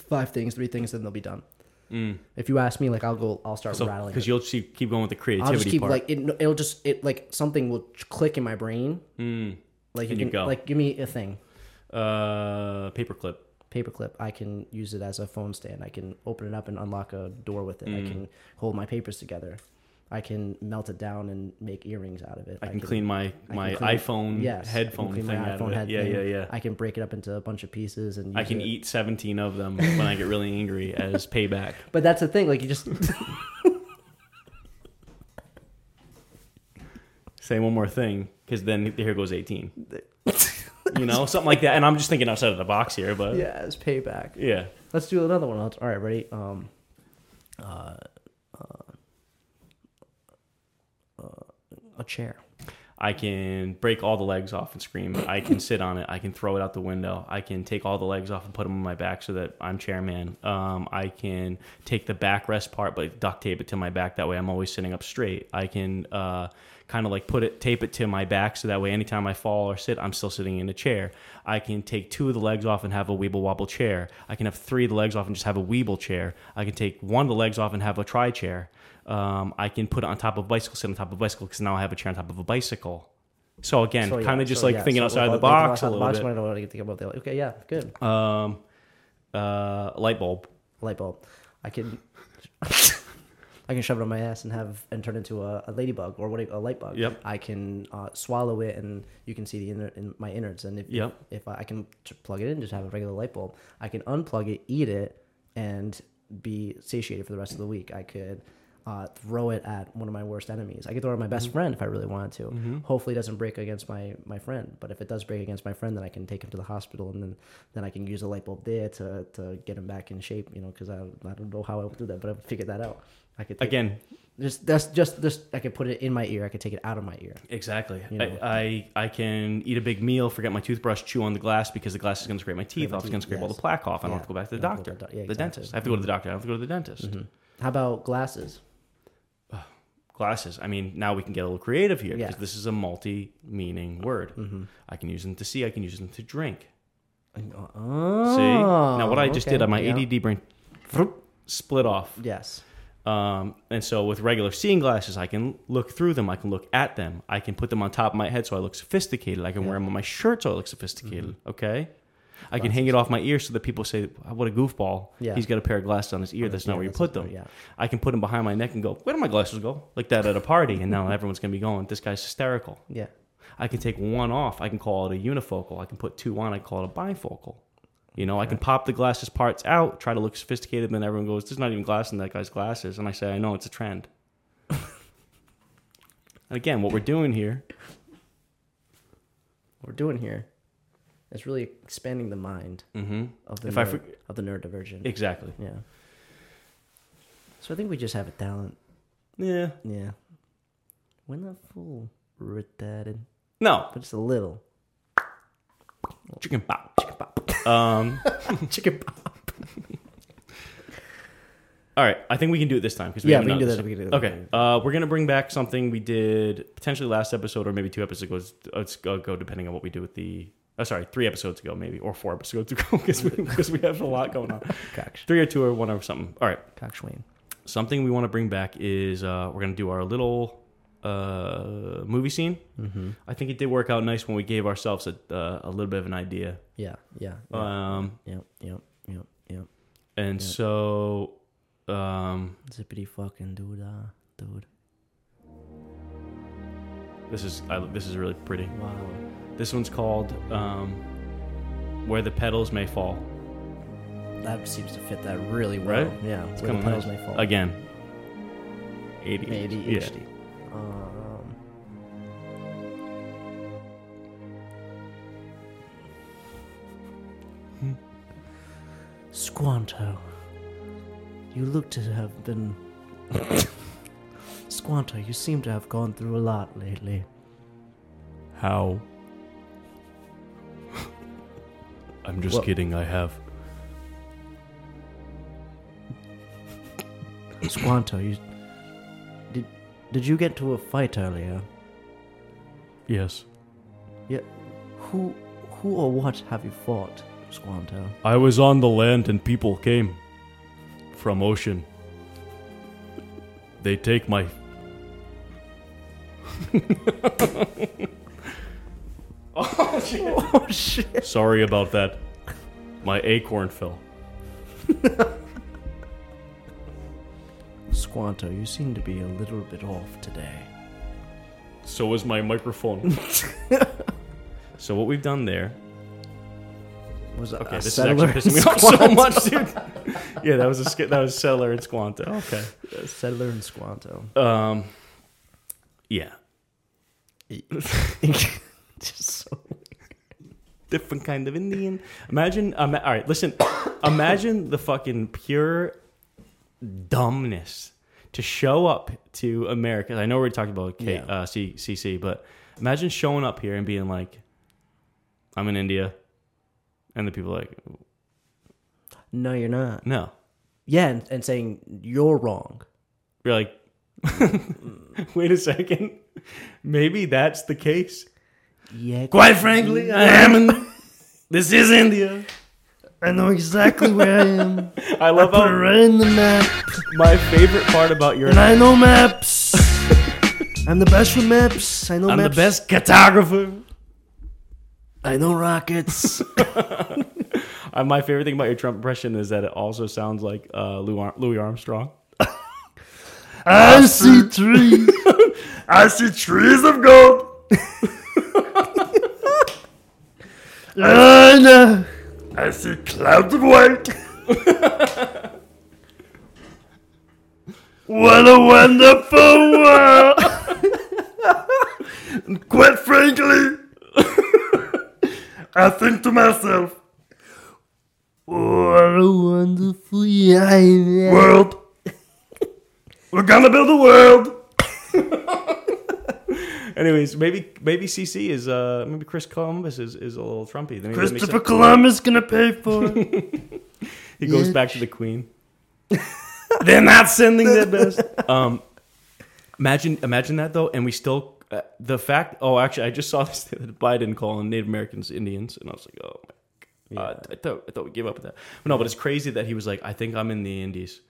A: five things, three things, then they'll be done. If you ask me, like I'll go, I'll start
B: Mm. So
A: rattling.
B: because
A: it.
B: you'll see, keep going with the
A: I'll
B: creativity
A: just keep
B: part.
A: like it, it'll just it like something will click in my brain. Like you
B: Mm. And
A: can
B: you go.
A: like give me a thing.
B: uh, paperclip.
A: Paperclip. I can use it as a phone stand. I can open it up and unlock a door with it. I
B: Mm.
A: can hold my papers together. I can melt it down and make earrings out of it.
B: I can clean my
A: I can
B: my
A: clean-
B: iPhone
A: yes, I can
B: headphone
A: clean
B: thing
A: my
B: out of
A: iPhone
B: it.
A: head
B: yeah,
A: thing.
B: yeah, yeah.
A: I can break it up into a bunch of pieces and
B: I
A: use
B: can
A: it.
B: eat 17 of them when I get really angry as payback.
A: But that's the thing, like you just
B: Say one more thing, because then here goes 18. You know, something like that. And I'm just thinking outside of the box here, but yeah.
A: yeah, it's payback. Let's do another one. All right, ready? Um, uh, uh, uh, a chair.
B: I can break all the legs off and scream. I can sit on it. I can throw it out the window. I can take all the legs off and put them on my back so that I'm chairman. Um, I can take the backrest part, but duct tape it to my back. That way I'm always sitting up straight. I can uh, kind of like put it, tape it to my back so that way anytime I fall or sit, I'm still sitting in a chair. I can take two of the legs off and have a weeble wobble chair. I can have three of the legs off and just have a weeble chair. I can take one of the legs off and have a tri chair. Um, I can put it on top of a bicycle, sit on top of a bicycle, because now I have a chair on top of a bicycle. So again,
A: So, yeah,
B: kind of just
A: so,
B: like
A: yeah,
B: thinking
A: so
B: outside
A: like,
B: the
A: like,
B: box a
A: outside the
B: little
A: box, When I
B: bit.
A: don't want to think about that. Like, okay, yeah, good.
B: Um, uh, light bulb.
A: Light bulb. I can. I can shove it on my ass and have and turn into a, a ladybug or what a light bug.
B: Yep.
A: I can uh, swallow it and you can see the inner in my innards. And if
B: Yep.
A: if I, I can t- plug it in, just have a regular light bulb. I can unplug it, eat it, and be satiated for the rest of the week. I could uh, throw it at one of my worst enemies. I could throw it at my best friend if I really wanted to. Hopefully, it doesn't break against my my friend. But if it does break against my friend, then I can take him to the hospital, and then then I can use a light bulb there to to get him back in shape. You know, because I, I don't know how I would do that, but I figured that out. I could take-
B: Again,
A: just that's just just I could put it in my ear. I could take it out of my ear.
B: Exactly.
A: know.
B: I, I I can eat a big meal, forget my toothbrush, chew on the glass because the glass is going to scrape my teeth off. It's going to scrape all
A: yes.
B: the plaque off. I don't
A: Yeah.
B: have to go back to the
A: Don't have to go to the
B: doctor,
A: doc- yeah,
B: the
A: exactly. Mm-hmm.
B: dentist. I have to go to the doctor. I don't have to go to the dentist.
A: How about glasses?
B: Glasses. I mean, now we can get a little creative here
A: Yeah. Mm-hmm.
B: because this is a multi-meaning word. I can use them to see. I can use them to drink.
A: Oh,
B: see now what I just
A: okay,
B: did on my
A: yeah.
B: ADD brain vroom, split off.
A: Yes.
B: Um, and so with regular seeing glasses, I can look through them. I can look at them. I can put them on top of my head so I look sophisticated. I can wear them on my shirt so I look sophisticated.
A: Mm-hmm.
B: Okay. I can hang it off my ear so that people say, "Wow, "What a goofball!
A: Yeah.
B: He's got a pair of glasses on his ear. That's not where you
A: that's
B: put
A: not-
B: them."
A: yeah.
B: I can put them behind my neck and go, "Where do my glasses go?" Like that at a party, and now everyone's gonna be going, "This guy's hysterical."
A: Yeah.
B: I can take one off. I can call it a unifocal. I can put two on. I call it a bifocal. You know, I can pop the glasses parts out, try to look sophisticated, and then everyone goes, "There's not even glass in that guy's glasses." And I say, "I know it's a trend." and again, what we're doing here,
A: What we're doing here is really expanding the mind of the
B: Mm-hmm. If I
A: nerd,
B: for-
A: of the neurodivergent.
B: exactly.
A: yeah. So I think we just have a talent.
B: Yeah.
A: Yeah. We're not full retarded,
B: No.
A: but just a little.
B: Chicken pop. Chicken pop. Um.
A: Chicken pop.
B: All right, I think we can do it this time because
A: Yeah,
B: haven't
A: we can
B: done
A: do
B: it
A: that,
B: this
A: we can
B: time.
A: do that.
B: Okay, uh, we're gonna bring back something we did potentially last episode or maybe two episodes ago. It's- It's go, go depending uh, on what we do with the Oh, sorry, three episodes ago, maybe, or four episodes ago, because we, because we have a lot going on. Three or two or one or something. All right.
A: Coxswain.
B: Something we want to bring back is uh, we're going to do our little uh, movie scene.
A: Mhm.
B: I think it did work out nice when we gave ourselves a, uh, a little bit of an idea.
A: Yeah, yeah, yeah.
B: Um,
A: Yep, yep, yep, yep.
B: and
A: Yeah.
B: so, um,
A: Zippity fucking doodah, dude.
B: This is I, this is really pretty.
A: Wow.
B: This one's called um, "Where the Petals May Fall."
A: That seems to fit that really well.
B: Right?
A: Yeah.
B: It's
A: where the
B: kinda
A: petals
B: nice.
A: may fall.
B: Again. ADHD.
A: ADHD.
B: Yeah.
A: Um, Squanto, you look to have been. Squanto, you seem to have gone through a lot lately.
B: How? I'm just
A: Well-
B: kidding. I have.
A: Squanto, you did did you get to a fight earlier?
B: Yes.
A: Yeah. Who who or what have you fought, Squanto?
B: I was on the land and people came from ocean. They take my.
A: Oh shit.
B: Sorry about that. My acorn fell.
A: Squanto, you seem to be a little bit off today.
B: So was my microphone. so what we've done there.
A: Was that
B: Okay,
A: a
B: this
A: settler
B: is
A: in
B: actually pissing me off so
A: Squanto?
B: much, dude. yeah, that was a sk- that was settler and Squanto. Okay.
A: A settler in Squanto.
B: Um. Yeah.
A: Just so-
B: different kind of Indian. Imagine, um, all right, listen. imagine the fucking pure dumbness to show up to America. I know we already talked about K,
A: Yeah.
B: uh, C, CC, but imagine showing up here and being like, "I'm in India," and the people are like,
A: no, you're not.
B: "No,"
A: Yeah, and, and saying you're wrong.
B: you're like, "Wait a second, maybe that's the case."
A: Yeah.
B: Quite frankly, I am in. This is India.
A: I know exactly where I am.
B: I love
A: Put it
B: how
A: right in the map.
B: my favorite part about your
A: And I know maps. I'm the best with maps. I know
B: I'm
A: maps.
B: the best cartographer.
A: I know rockets.
B: Uh, my favorite thing about your Trump impression is that it also sounds like uh, Lou Ar- Louis Armstrong.
A: I see trees.
B: I see trees of gold.
A: I know.
B: I see clouds of white.
A: What a wonderful world.
B: Quite frankly, I think to myself,
A: What a wonderful yeah.
B: world, we're gonna build a world. Anyways, maybe maybe CC is uh maybe Chris Columbus is, is a little Trumpy. Maybe that makes sense.
A: Columbus gonna pay for it.
B: He goes back to the queen. They're not sending their best. Um, imagine, imagine that though, and we still uh, the fact. Oh, actually, I just saw this thing that Biden calling Native Americans Indians, and I was like, oh my god, I thought I thought we gave up with that. no, but it's crazy that he was like, I think I'm in the Indies,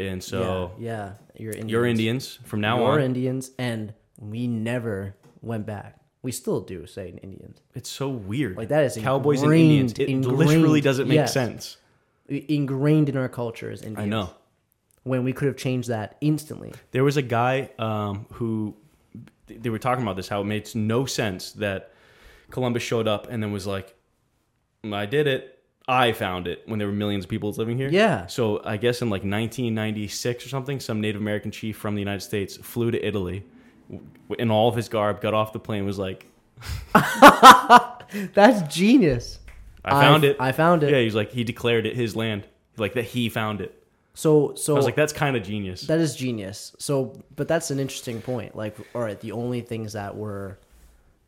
B: and so
A: yeah, you're Indians.
B: Oh. you're Indians from now
A: You're
B: on.
A: Indians, and we never went back. We still do say Indians.
B: It's so weird.
A: Like, that is
B: Cowboys and
A: ingrained-
B: Indians. It literally
A: ingrained,
B: doesn't make
A: yes.
B: sense.
A: Ingrained in our culture is Indians.
B: I know.
A: When we could have changed that instantly.
B: There was a guy um, who they were talking about this how it makes no sense that Columbus showed up and then was like, "I did it, I found it." When there were millions of people living here,
A: Yeah.
B: So I guess in like 1996 or something, some Native American chief from the United States flew to Italy w- in all of his garb, got off the plane, was like,
A: That's genius.
B: "I found
A: I-
B: it,
A: I found it.
B: Yeah, he's like he declared it his land, like that he found it.
A: So, so
B: I was like, that's kind of genius.
A: That is genius. So, but that's an interesting point. Like, all right, the only things that were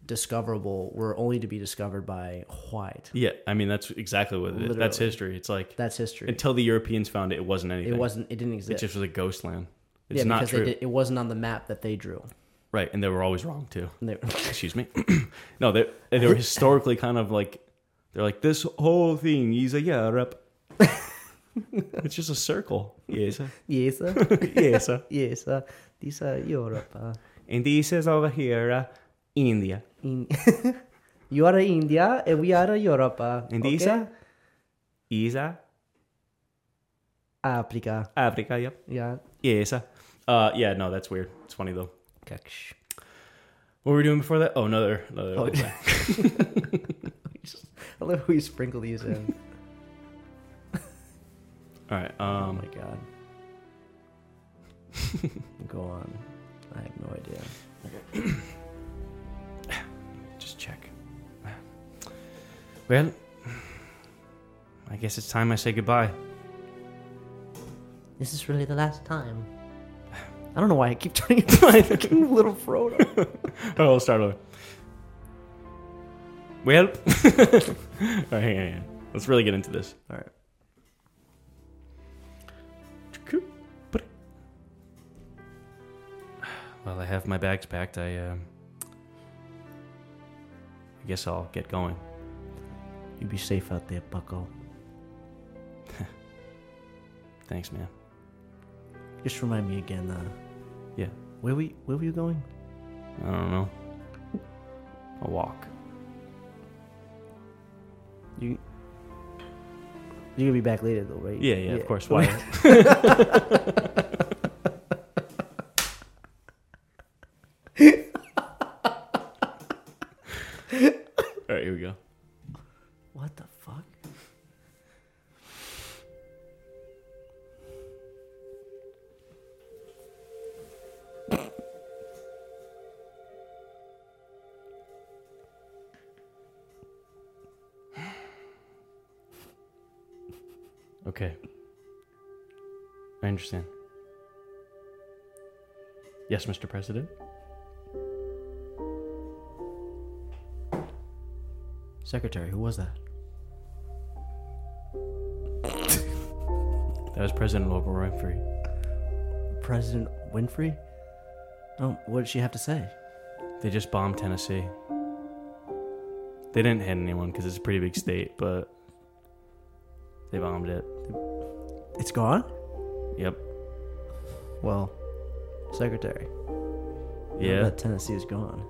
A: discoverable were only to be discovered by white.
B: yeah, I mean that's exactly what it is. That's
A: Literally.
B: history. It's like
A: That's history.
B: until the Europeans found it, it wasn't anything.
A: it wasn't. It didn't exist.
B: It's just was a ghost land. It's
A: yeah,
B: not
A: because
B: true.
A: They did, it wasn't on the map that they drew.
B: Right, and they were always wrong too.
A: They-
B: Excuse me. no, they they were historically kind of like they're like this whole thing is a Europe. it's just a circle. Yes.
A: Yes, sir.
B: yes, sir.
A: yes, sir. This uh, Europe. Uh,
B: And this is over here, uh, India.
A: in- you are India and we are Europe. uh,
B: And
A: okay?
B: these are Isa,
A: Africa.
B: Africa. Yep.
A: Yeah.
B: Yes. uh, Uh, yeah. No, that's weird. It's funny though. What were we doing before that? Oh, another another.
A: Oh,
B: old
A: yeah.
B: guy.
A: I love how you sprinkle these in.
B: All right. Um,
A: oh my god. Go on. I have no idea.
B: Just check. Well, I guess it's time I say goodbye.
A: This is really the last time. I don't know why I keep turning into my fucking little Frodo.
B: Oh, we'll start over. Well, all right, hang on, hang on. Let's really get into this.
A: All right.
B: Well, I have my bags packed. I, um, I guess I'll get going.
A: You be safe out there, Bucko.
B: Thanks, man.
A: Just remind me again, uh,
B: Yeah,
A: where we where were you going?
B: I don't know. I'll walk.
A: You You're gonna be back later though, right?
B: Yeah, yeah, of course. Why? All right, here we go.
A: what the fuck?
B: Okay. I understand. Yes, Mr. President.
A: Secretary, who was that?
B: That was President Oprah Winfrey.
A: President Winfrey? Oh, what did she have to say?
B: They just bombed Tennessee. They didn't hit anyone because it's a pretty big state, but they bombed it.
A: It's gone?
B: Yep.
A: Well, Secretary. now
B: Yeah.
A: That Tennessee is gone.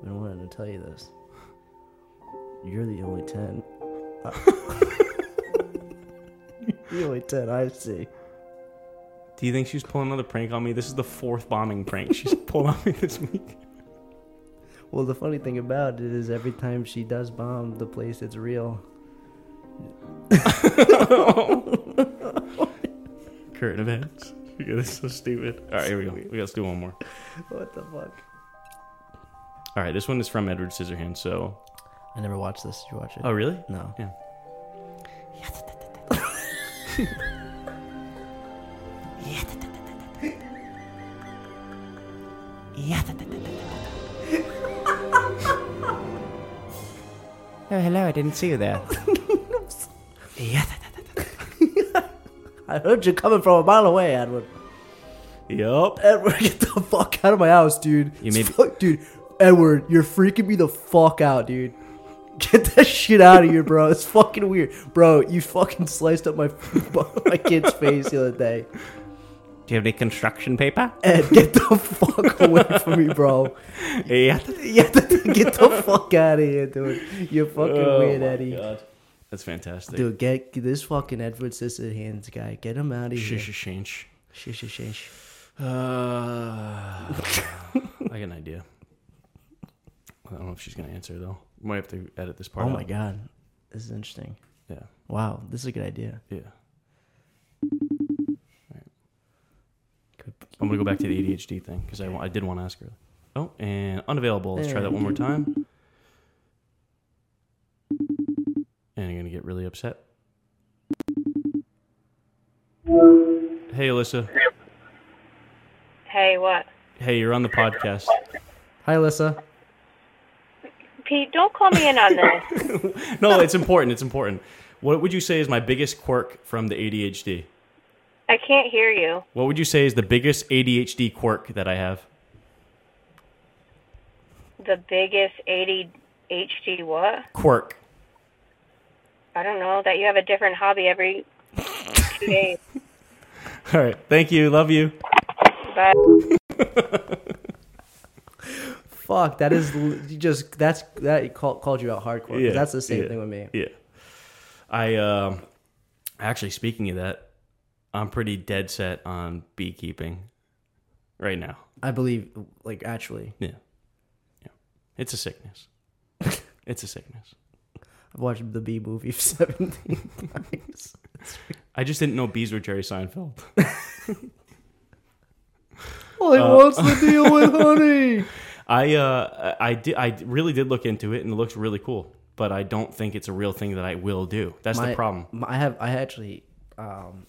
A: I've been wanting to tell you this. You're the only 10. Uh, the only 10 I see.
B: Do you think she's pulling another prank on me? This is the fourth bombing prank she's pulled on me this week.
A: Well, the funny thing about it is every time she does bomb the place, it's real.
B: Current events. Yeah, this is so stupid. All right, here we go. We got let's do one more.
A: What the fuck?
B: All right, this one is from Edward Scissorhands. So,
A: I never watched this. Did you watch it?
B: oh really?
A: No.
B: Yeah. Oh hello, I didn't see you there.
A: I heard you coming from a mile away, Edward.
B: Yup.
A: Edward, get the fuck out of my house, dude.
B: You may be-
A: Fuck, dude. Edward, you're freaking me the fuck out, dude. Get that shit out of here, bro. It's fucking weird, bro. You fucking sliced up my my kid's face the other day.
B: Do you have any construction paper?
A: Ed, get the fuck away from me, bro.
B: Yeah.
A: Yeah, get the fuck out of here, dude. You're fucking
B: Oh
A: weird,
B: my
A: Eddie.
B: God. That's fantastic.
A: Dude, get this fucking Edward Sister Hands guy. Get him out of here.
B: Shish shanch.
A: Shish, shish, shish.
B: Uh, I got an idea. I don't know if she's gonna answer though. Might have to edit this part.
A: Oh
B: out.
A: my god, this is interesting.
B: Yeah.
A: Wow, this is a good idea.
B: Yeah. Alright. I'm gonna go back to the ADHD thing because I, wa- I did want to ask her. Oh, and unavailable. Let's try that one more time. And I'm gonna get really upset. Hey, Alyssa.
J: Hey, what?
B: Hey, you're on the podcast.
A: Hi, Alyssa.
J: Pete, don't call me in on this.
B: No, it's important. It's important. What would you say is my biggest quirk from the ADHD?
J: I can't hear you.
B: What would you say is the biggest ADHD quirk that I have?
J: the biggest ADHD what?
A: Quirk.
J: I don't know that you have a different hobby every two days.
B: All right. Thank you. Love you.
J: Bye.
A: Fuck, that is l- you just that's that call, called you out hardcore. 'cause that's the same
B: yeah,
A: thing with me.
B: Yeah. I um actually speaking of that, I'm pretty dead set on beekeeping right now.
A: I believe, like actually,
B: Yeah. It's a sickness. it's a sickness.
A: I've watched the B movie seventeen times.
B: I just didn't know bees were Jerry Seinfeld.
A: Like,
B: Uh,
A: what's the deal with honey?
B: I uh I did I really did look into it and it looks really cool, but I don't think it's a real thing that I will do. That's
A: My-
B: the problem.
A: my- I have I actually um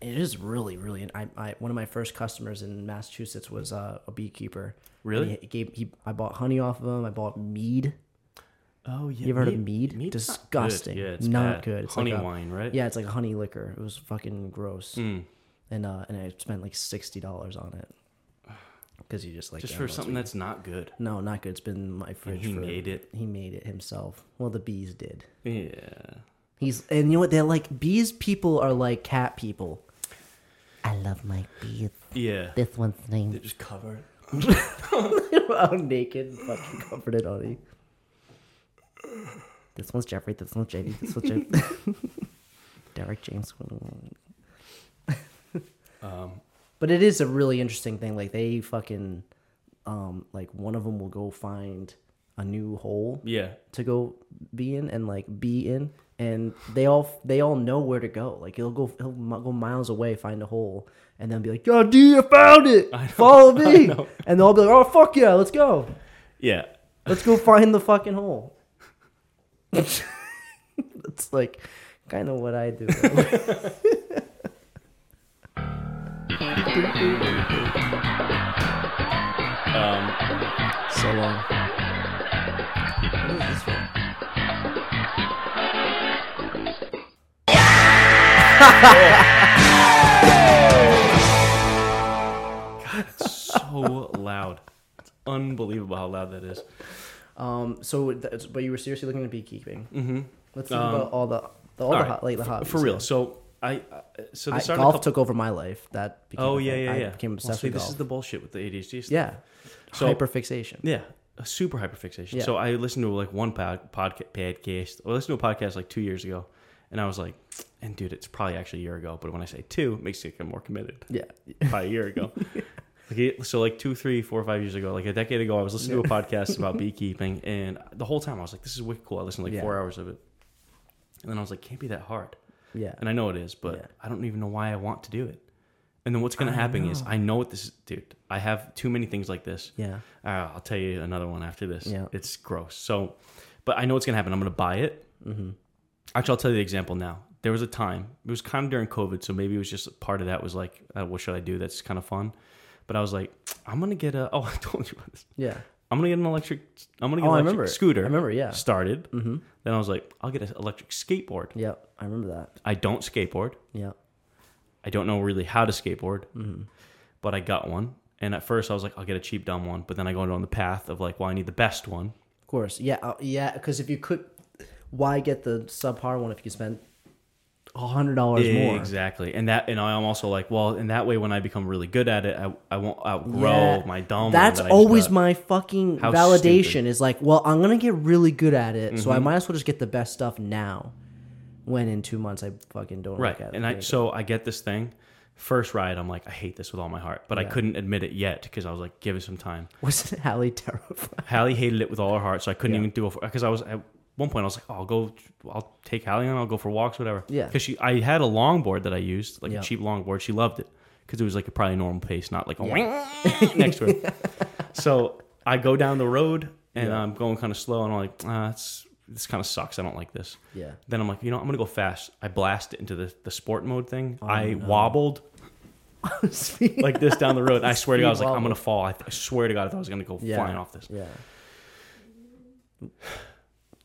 A: it is really really I, I one of my first customers in Massachusetts was uh, a beekeeper. And
B: Really?
A: He gave he I bought honey off of him. I bought mead.
B: Oh yeah.
A: You ever heard of
B: mead-
A: mead?
B: mead's not good.
A: Disgusting.
B: Yeah, it's
A: not
B: bad.
A: good. It's
B: Honey
A: like a-
B: wine, right?
A: Yeah, it's like a honey liquor. It was fucking gross.
B: Mm.
A: And uh and I spent like sixty dollars on it. Cuz you just like
B: Just
A: yeah,
B: for
A: no, it's
B: something
A: weird.
B: that's not good.
A: No, not good. It's been in my fridge
B: he
A: for
B: made it.
A: He made it himself. Well, the bees did.
B: Yeah.
A: He's and you know what they're like bees people are like cat people. I love my bees.
B: Yeah.
A: This one's name. They're
B: just covered.
A: Out naked, and fucking covered in honey. This one's Jeffrey. This one's Jamie. This one's Jim. Derek James.
B: Um,
A: But it is a really interesting thing. Like they fucking, um, like one of them will go find a new hole.
B: Yeah.
A: To go be in and like be in, and they all they all know where to go. Like he'll go he'll mi- go miles away, find a hole, and then be like, "Yo, D, I found it. Follow me." And they'll all be like, "Oh fuck yeah, let's go.
B: Yeah.
A: Let's go find the fucking hole." That's like kind of what I do.
B: Um,
A: so long.
B: so loud. It's unbelievable how loud that is.
A: Um. So, that's, but you were seriously looking at beekeeping.
B: Mm-hmm.
A: Let's think about all the, the all, the hot, like the hobbies.
B: for real.
A: yeah.
B: So I uh, so
A: I-
B: they started a
A: golf
B: couple-
A: took over my life. That became
B: oh
A: a
B: yeah
A: thing.
B: yeah
A: I
B: yeah.
A: became
B: Well,
A: obsessed
B: see,
A: with
B: this
A: golf.
B: is the bullshit with the ADHD stuff.
A: Yeah.
B: so
A: Hyperfixation.
B: Yeah, a super hyperfixation.
A: Yeah.
B: So I listened to like one pod, podca- podcast. I listened to a podcast like two years ago, and I was like, and dude, it's probably actually a year ago. But when I say two, it makes it more committed.
A: Yeah.
B: probably a year ago. Like, it- so like two, three, four, five years ago, like a decade ago, I was listening to a
A: Yeah.
B: podcast about beekeeping, and the whole time I was like, this is wicked cool. I listened to like
A: Yeah.
B: four hours of it, and then I was like, can't be that hard.
A: Yeah.
B: And I know it is, but I don't even know why I want to do it. And then what's going to happen is
A: know.
B: I know what this is, dude. I have too many things like this.
A: Yeah.
B: Uh, I'll tell you another one after this.
A: Yeah.
B: It's gross. So, but I know what's going to happen. I'm going to buy it.
A: Mhm.
B: Actually, I'll tell you the example now. There was a time, it was kind of during COVID. So maybe it was just part of that was like, uh, what should I do? That's kind of fun. But I was like, I'm going to get a, oh, I told you about this.
A: Yeah.
B: I'm going to get an electric, I'm going to get
A: Oh, I
B: an electric
A: remember.
B: scooter.
A: I remember, yeah.
B: Started.
A: Mhm.
B: Then I was like, I'll get an electric skateboard.
A: Yep. I remember that.
B: I don't skateboard.
A: Yeah.
B: I don't know really how to skateboard,
A: Mhm.
B: but I got one. And at first, I was like, I'll get a cheap, dumb one. But then I go down the path of like, well, I need the best one.
A: Of course. Yeah. uh, yeah. Because if you could, why get the subpar one if you can spend a hundred dollars more?
B: Exactly. And that, and I'm also like, well, and that way, when I become really good at it, I, I won't outgrow
A: Yeah.
B: my dumb. one
A: That's
B: that I just
A: always
B: got.
A: my fucking
B: How
A: validation.
B: stupid.
A: Is like, well, I'm gonna get really good at it, so I
B: Mhm.
A: might as well just get the best stuff now. When in two months I fucking don't
B: right.
A: look at
B: And
A: it.
B: I, so I get this thing. First ride, I'm like, I hate this with all my heart, but I
A: Yeah.
B: couldn't admit it yet because I was like, give it some time.
A: wasn't Hallie terrified?
B: Hallie hated it with all her heart, so I couldn't
A: Yeah.
B: even do it because I was at one point I was like, oh, I'll go, I'll take Hallie on, I'll go for walks, whatever.
A: Yeah.
B: Because she, I had a longboard that I used, like
A: Yeah.
B: a cheap longboard. She loved it because it was like a probably normal pace, not like a
A: Yeah.
B: wing next to her. so I go down the road and
A: Yeah.
B: I'm going kind of slow, and I'm like, ah, it's, this kind of sucks. I don't like this.
A: Yeah.
B: Then I'm like, you know, I'm gonna go fast. I blast it into the, the sport mode thing.
A: Oh,
B: I
A: no.
B: wobbled like this down the road. And I swear to God, I was like, I'm
A: Wobble.
B: gonna fall. I, th- I swear to God, I thought I was gonna go
A: Yeah.
B: flying off this.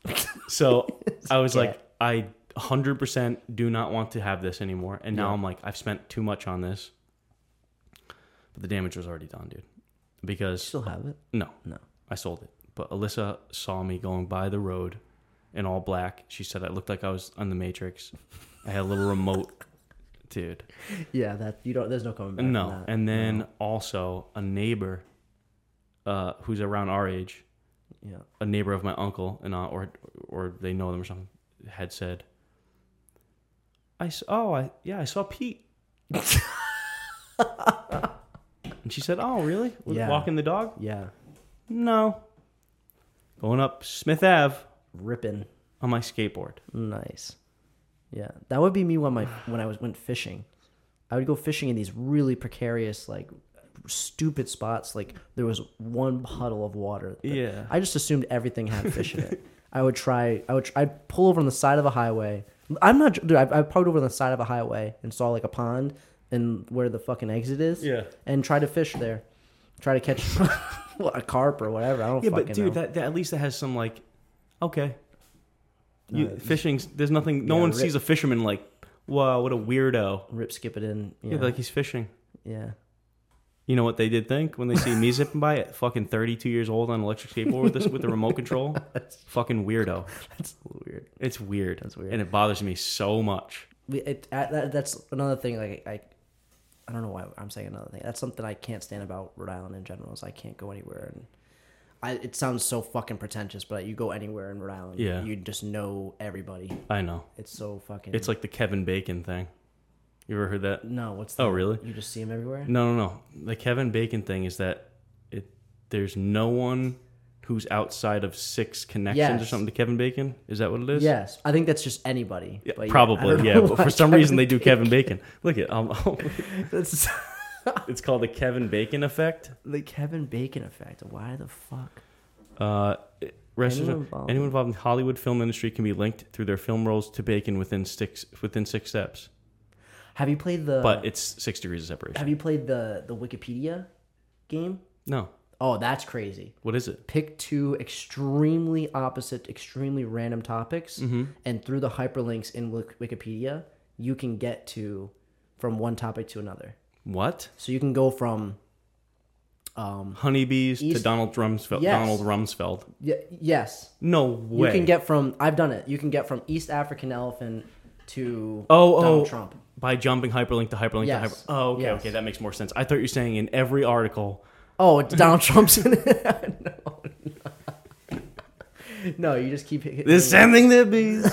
A: Yeah.
B: So I was like, I 100% do not want to have this anymore. And now
A: Yeah.
B: I'm like, I've spent too much on this. But the damage was already done, dude. Because
A: still have it?
B: No,
A: No.
B: I sold it. But Alyssa saw me going by the road in all black. She said I looked like I was on the Matrix. I had a little remote, dude.
A: Yeah, that you don't. There's no coming back. from
B: No,
A: that.
B: and then also a neighbor, uh, who's around our age,
A: Yeah.
B: a neighbor of my uncle and aunt, or or they know them or something, had said, "I s- oh I yeah I saw Pete." and she said, "Oh really? Was
A: Yeah.
B: Walking the dog?
A: Yeah.
B: No. Going up Smith Ave,
A: ripping
B: on my skateboard.
A: Nice. Yeah, that would be me when my when I was went fishing. I would go fishing in these really precarious, like stupid spots. Like there was one puddle of water. that-
B: Yeah.
A: I just assumed everything had fish in it. I would try. I would. Try, I'd pull over on the side of a highway. I'm not. Dude, I, I pulled over on the side of a highway and saw like a pond and where the fucking exit is.
B: Yeah.
A: And try to fish there. Try to catch what, a carp or whatever. I don't.
B: Yeah,
A: fucking
B: but dude,
A: know.
B: that, that at least it has some like, okay, Uh,
A: No,
B: you,
A: it's-
B: fishing's there's nothing. No
A: Yeah,
B: one
A: rip-
B: sees a fisherman like, wow, what a weirdo.
A: Rip, skip it in.
B: Yeah,
A: yeah.
B: like he's fishing.
A: Yeah.
B: You know what they did think when they see me zipping by at fucking 32 years old on an electric skateboard with this with the remote control? fucking weirdo.
A: That's weird.
B: It's weird. That's
A: weird.
B: And it bothers me so much.
A: We- it, I, that, that's another thing. Like I, I don't know why I'm saying another thing. That's something I can't stand about Rhode Island in general. Is I can't go anywhere, and I, it sounds so fucking pretentious. But you go anywhere in Rhode Island,
B: Yeah.
A: you just know everybody.
B: I know.
A: It's so fucking.
B: It's like the Kevin Bacon thing. You ever heard that?
A: No, what's
B: Oh,
A: that?
B: really?
A: You just see him everywhere?
B: No, no, no. The Kevin Bacon thing is that it there's no one who's outside of six connections or
A: Yes.
B: something to Kevin Bacon. Is that what it is?
A: yes, I think that's just anybody.
B: Yeah,
A: but I don't
B: probably, yeah.
A: know
B: But
A: why
B: for some
A: Kevin
B: reason, they do
A: Bacon.
B: Kevin Bacon. Look at um,
A: That's-
B: it's called the Kevin Bacon effect.
A: The Kevin Bacon effect. Why the fuck?
B: Uh, it- rest
A: Anyone
B: anyone,
A: involved?
B: involved. anyone involved in the Hollywood film industry can be linked through their film roles to Bacon within six within six steps,
A: Have you played the?
B: but it's six degrees of separation.
A: Uh. have you played the the Wikipedia game?
B: no,
A: Oh, that's crazy.
B: what is it?
A: pick two extremely opposite, extremely random topics,
B: Mhm.
A: and through the hyperlinks in Wik- Wikipedia, you can get to from one topic to another.
B: What?
A: So you can go from, um,
B: Honeybees to
A: East-
B: Donald Rumsfeld.
A: Yes.
B: Donald Rumsfeld.
A: y- yes,
B: No way.
A: you can get from. I've done it. You can get from East African elephant to
B: oh
A: Donald
B: oh
A: Trump.
B: by jumping hyperlink to hyperlink
A: Yes.
B: to hyper. Oh okay
A: Yes.
B: okay that makes more sense. I thought you were saying in every article.
A: Oh, it's Donald Trump's in it. no, no. No, you just keep hitting.
B: There's something that bees.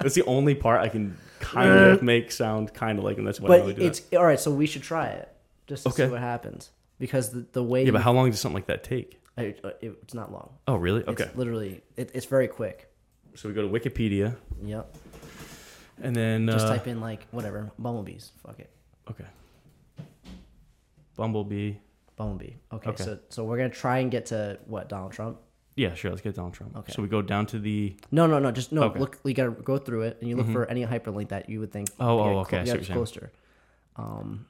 B: that's the only part I can kind of make sound kind of like, and that's why I would
A: but
B: do
A: it's
B: that.
A: all right. So we should try it just to
B: Okay.
A: see what happens because the, the way
B: Yeah, but
A: you-
B: how long does something like that take?
A: I, uh, it, it's not long.
B: Oh really? Okay.
A: It's literally, it, it's very quick.
B: So we go to Wikipedia,
A: Yep.
B: and then
A: Just
B: uh,
A: type in like whatever bumblebees. Fuck it,
B: Okay. Bumblebee.
A: bumblebee. Okay,
B: Okay.
A: So so we're gonna try and get to what Donald Trump.
B: Yeah, sure. Let's get Donald Trump.
A: Okay.
B: So we go down to the.
A: No, no, no. Just no.
B: Okay.
A: Look, you gotta go through it and you look
B: Mhm.
A: for any hyperlink that you would think.
B: Oh,
A: would
B: oh,
A: get
B: okay, I see
A: yeah,
B: what you're saying.
A: closer. Um,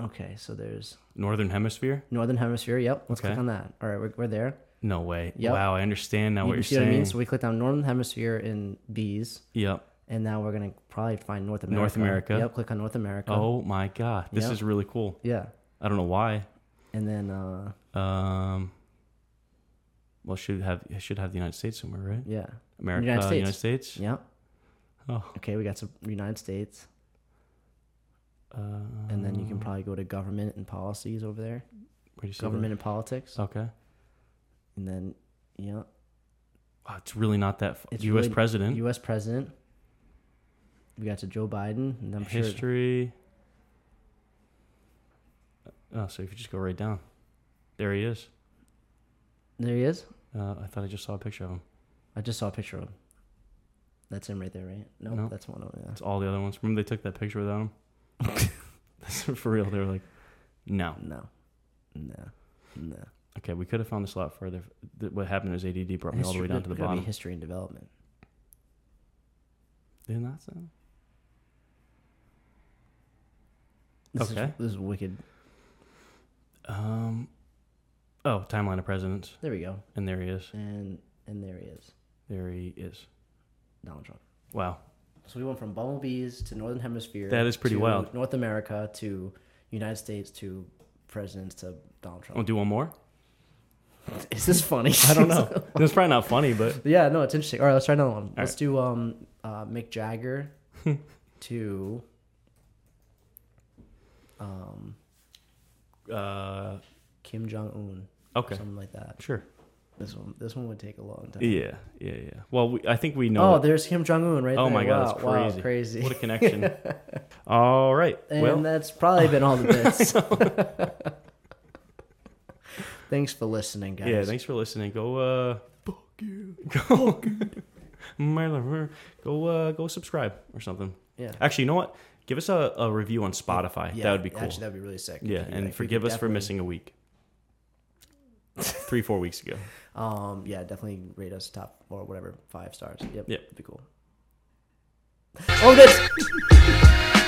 A: okay. So there's
B: Northern Hemisphere.
A: northern hemisphere. Yep. Let's click
B: Okay.
A: on that. All right, we're, we're there.
B: No way.
A: Yep.
B: Wow, I understand now
A: You
B: what you're
A: see
B: saying.
A: what I mean? So we clicked on northern hemisphere in bees,
B: Yep.
A: and now we're gonna probably find North America.
B: North America.
A: Yep. Click on North America.
B: Oh my God, this
A: Yep.
B: is really cool.
A: Yeah.
B: I don't know why.
A: And then uh,
B: Um. Well, should have it should have the United States somewhere, right?
A: yeah.
B: America,
A: United
B: uh,
A: States.
B: United States.
A: Yep.
B: Oh.
A: Okay, we got some United States,
B: Uh,
A: and then you can probably go to government and policies over there.
B: where do you Mm. see
A: Government and politics,
B: that? Oh. Okay.
A: and then yeah,
B: Wow, it's really not that. F-
A: it's
B: U.S.
A: really-
B: president.
A: U.S. president. We got to Joe Biden, and I'm sure.
B: history. Oh, so if you just go right down, there he is.
A: There he is.
B: Uh, I thought I just saw a picture of him.
A: I just saw a picture of him. That's him right there, right? Nope,
B: Nope.
A: that's one of them.
B: It's all the other ones. Remember they took that picture without him? That's for real. They were like, no.
A: No, no, no.
B: Okay, we could have found this a lot further. Th- What happened is ADD brought me all the way down to the
A: gotta be
B: bottom.
A: history and development.
B: Didn't that sound?
A: This is-
B: Okay.
A: this is wicked.
B: Um, oh, timeline of presidents.
A: There we go.
B: And there he is.
A: And and there he is,
B: There he is.
A: Donald Trump.
B: Wow.
A: So we went from bumblebees to northern hemisphere.
B: That is pretty
A: to
B: wild.
A: North America to United States to presidents to Donald Trump.
B: I'll do one more.
A: Is this funny?
B: Oh, I don't know. it's probably not funny, but
A: yeah, no, it's interesting. All right, let's try another one. let's
B: right.
A: do um uh, Mick Jagger to um
B: uh
A: Kim Jong Un.
B: Okay.
A: something like that.
B: Sure.
A: This one, this one would take a long time.
B: yeah, yeah, yeah. Well, we, I think we know.
A: Oh, there's Kim Jong Un right
B: oh
A: there.
B: my
A: Wow,
B: God, that's
A: wow,
B: crazy.
A: crazy.
B: What a connection. all right.
A: And
B: well,
A: that's probably been all the bits. thanks for listening, guys.
B: Yeah, thanks for listening. Go uh fuck you. Go my lover. Go uh go subscribe or something.
A: Yeah.
B: Actually, you know what? Give us a, a review on Spotify.
A: Yeah,
B: that would be cool.
A: actually, that'd be really sick.
B: Yeah,
A: If you-
B: and
A: if you
B: forgive
A: could
B: us for missing a week. Three, four weeks ago.
A: Um, yeah, definitely rate us top or whatever five stars. Yep,
B: Yep.
A: that'd be cool. Oh, this.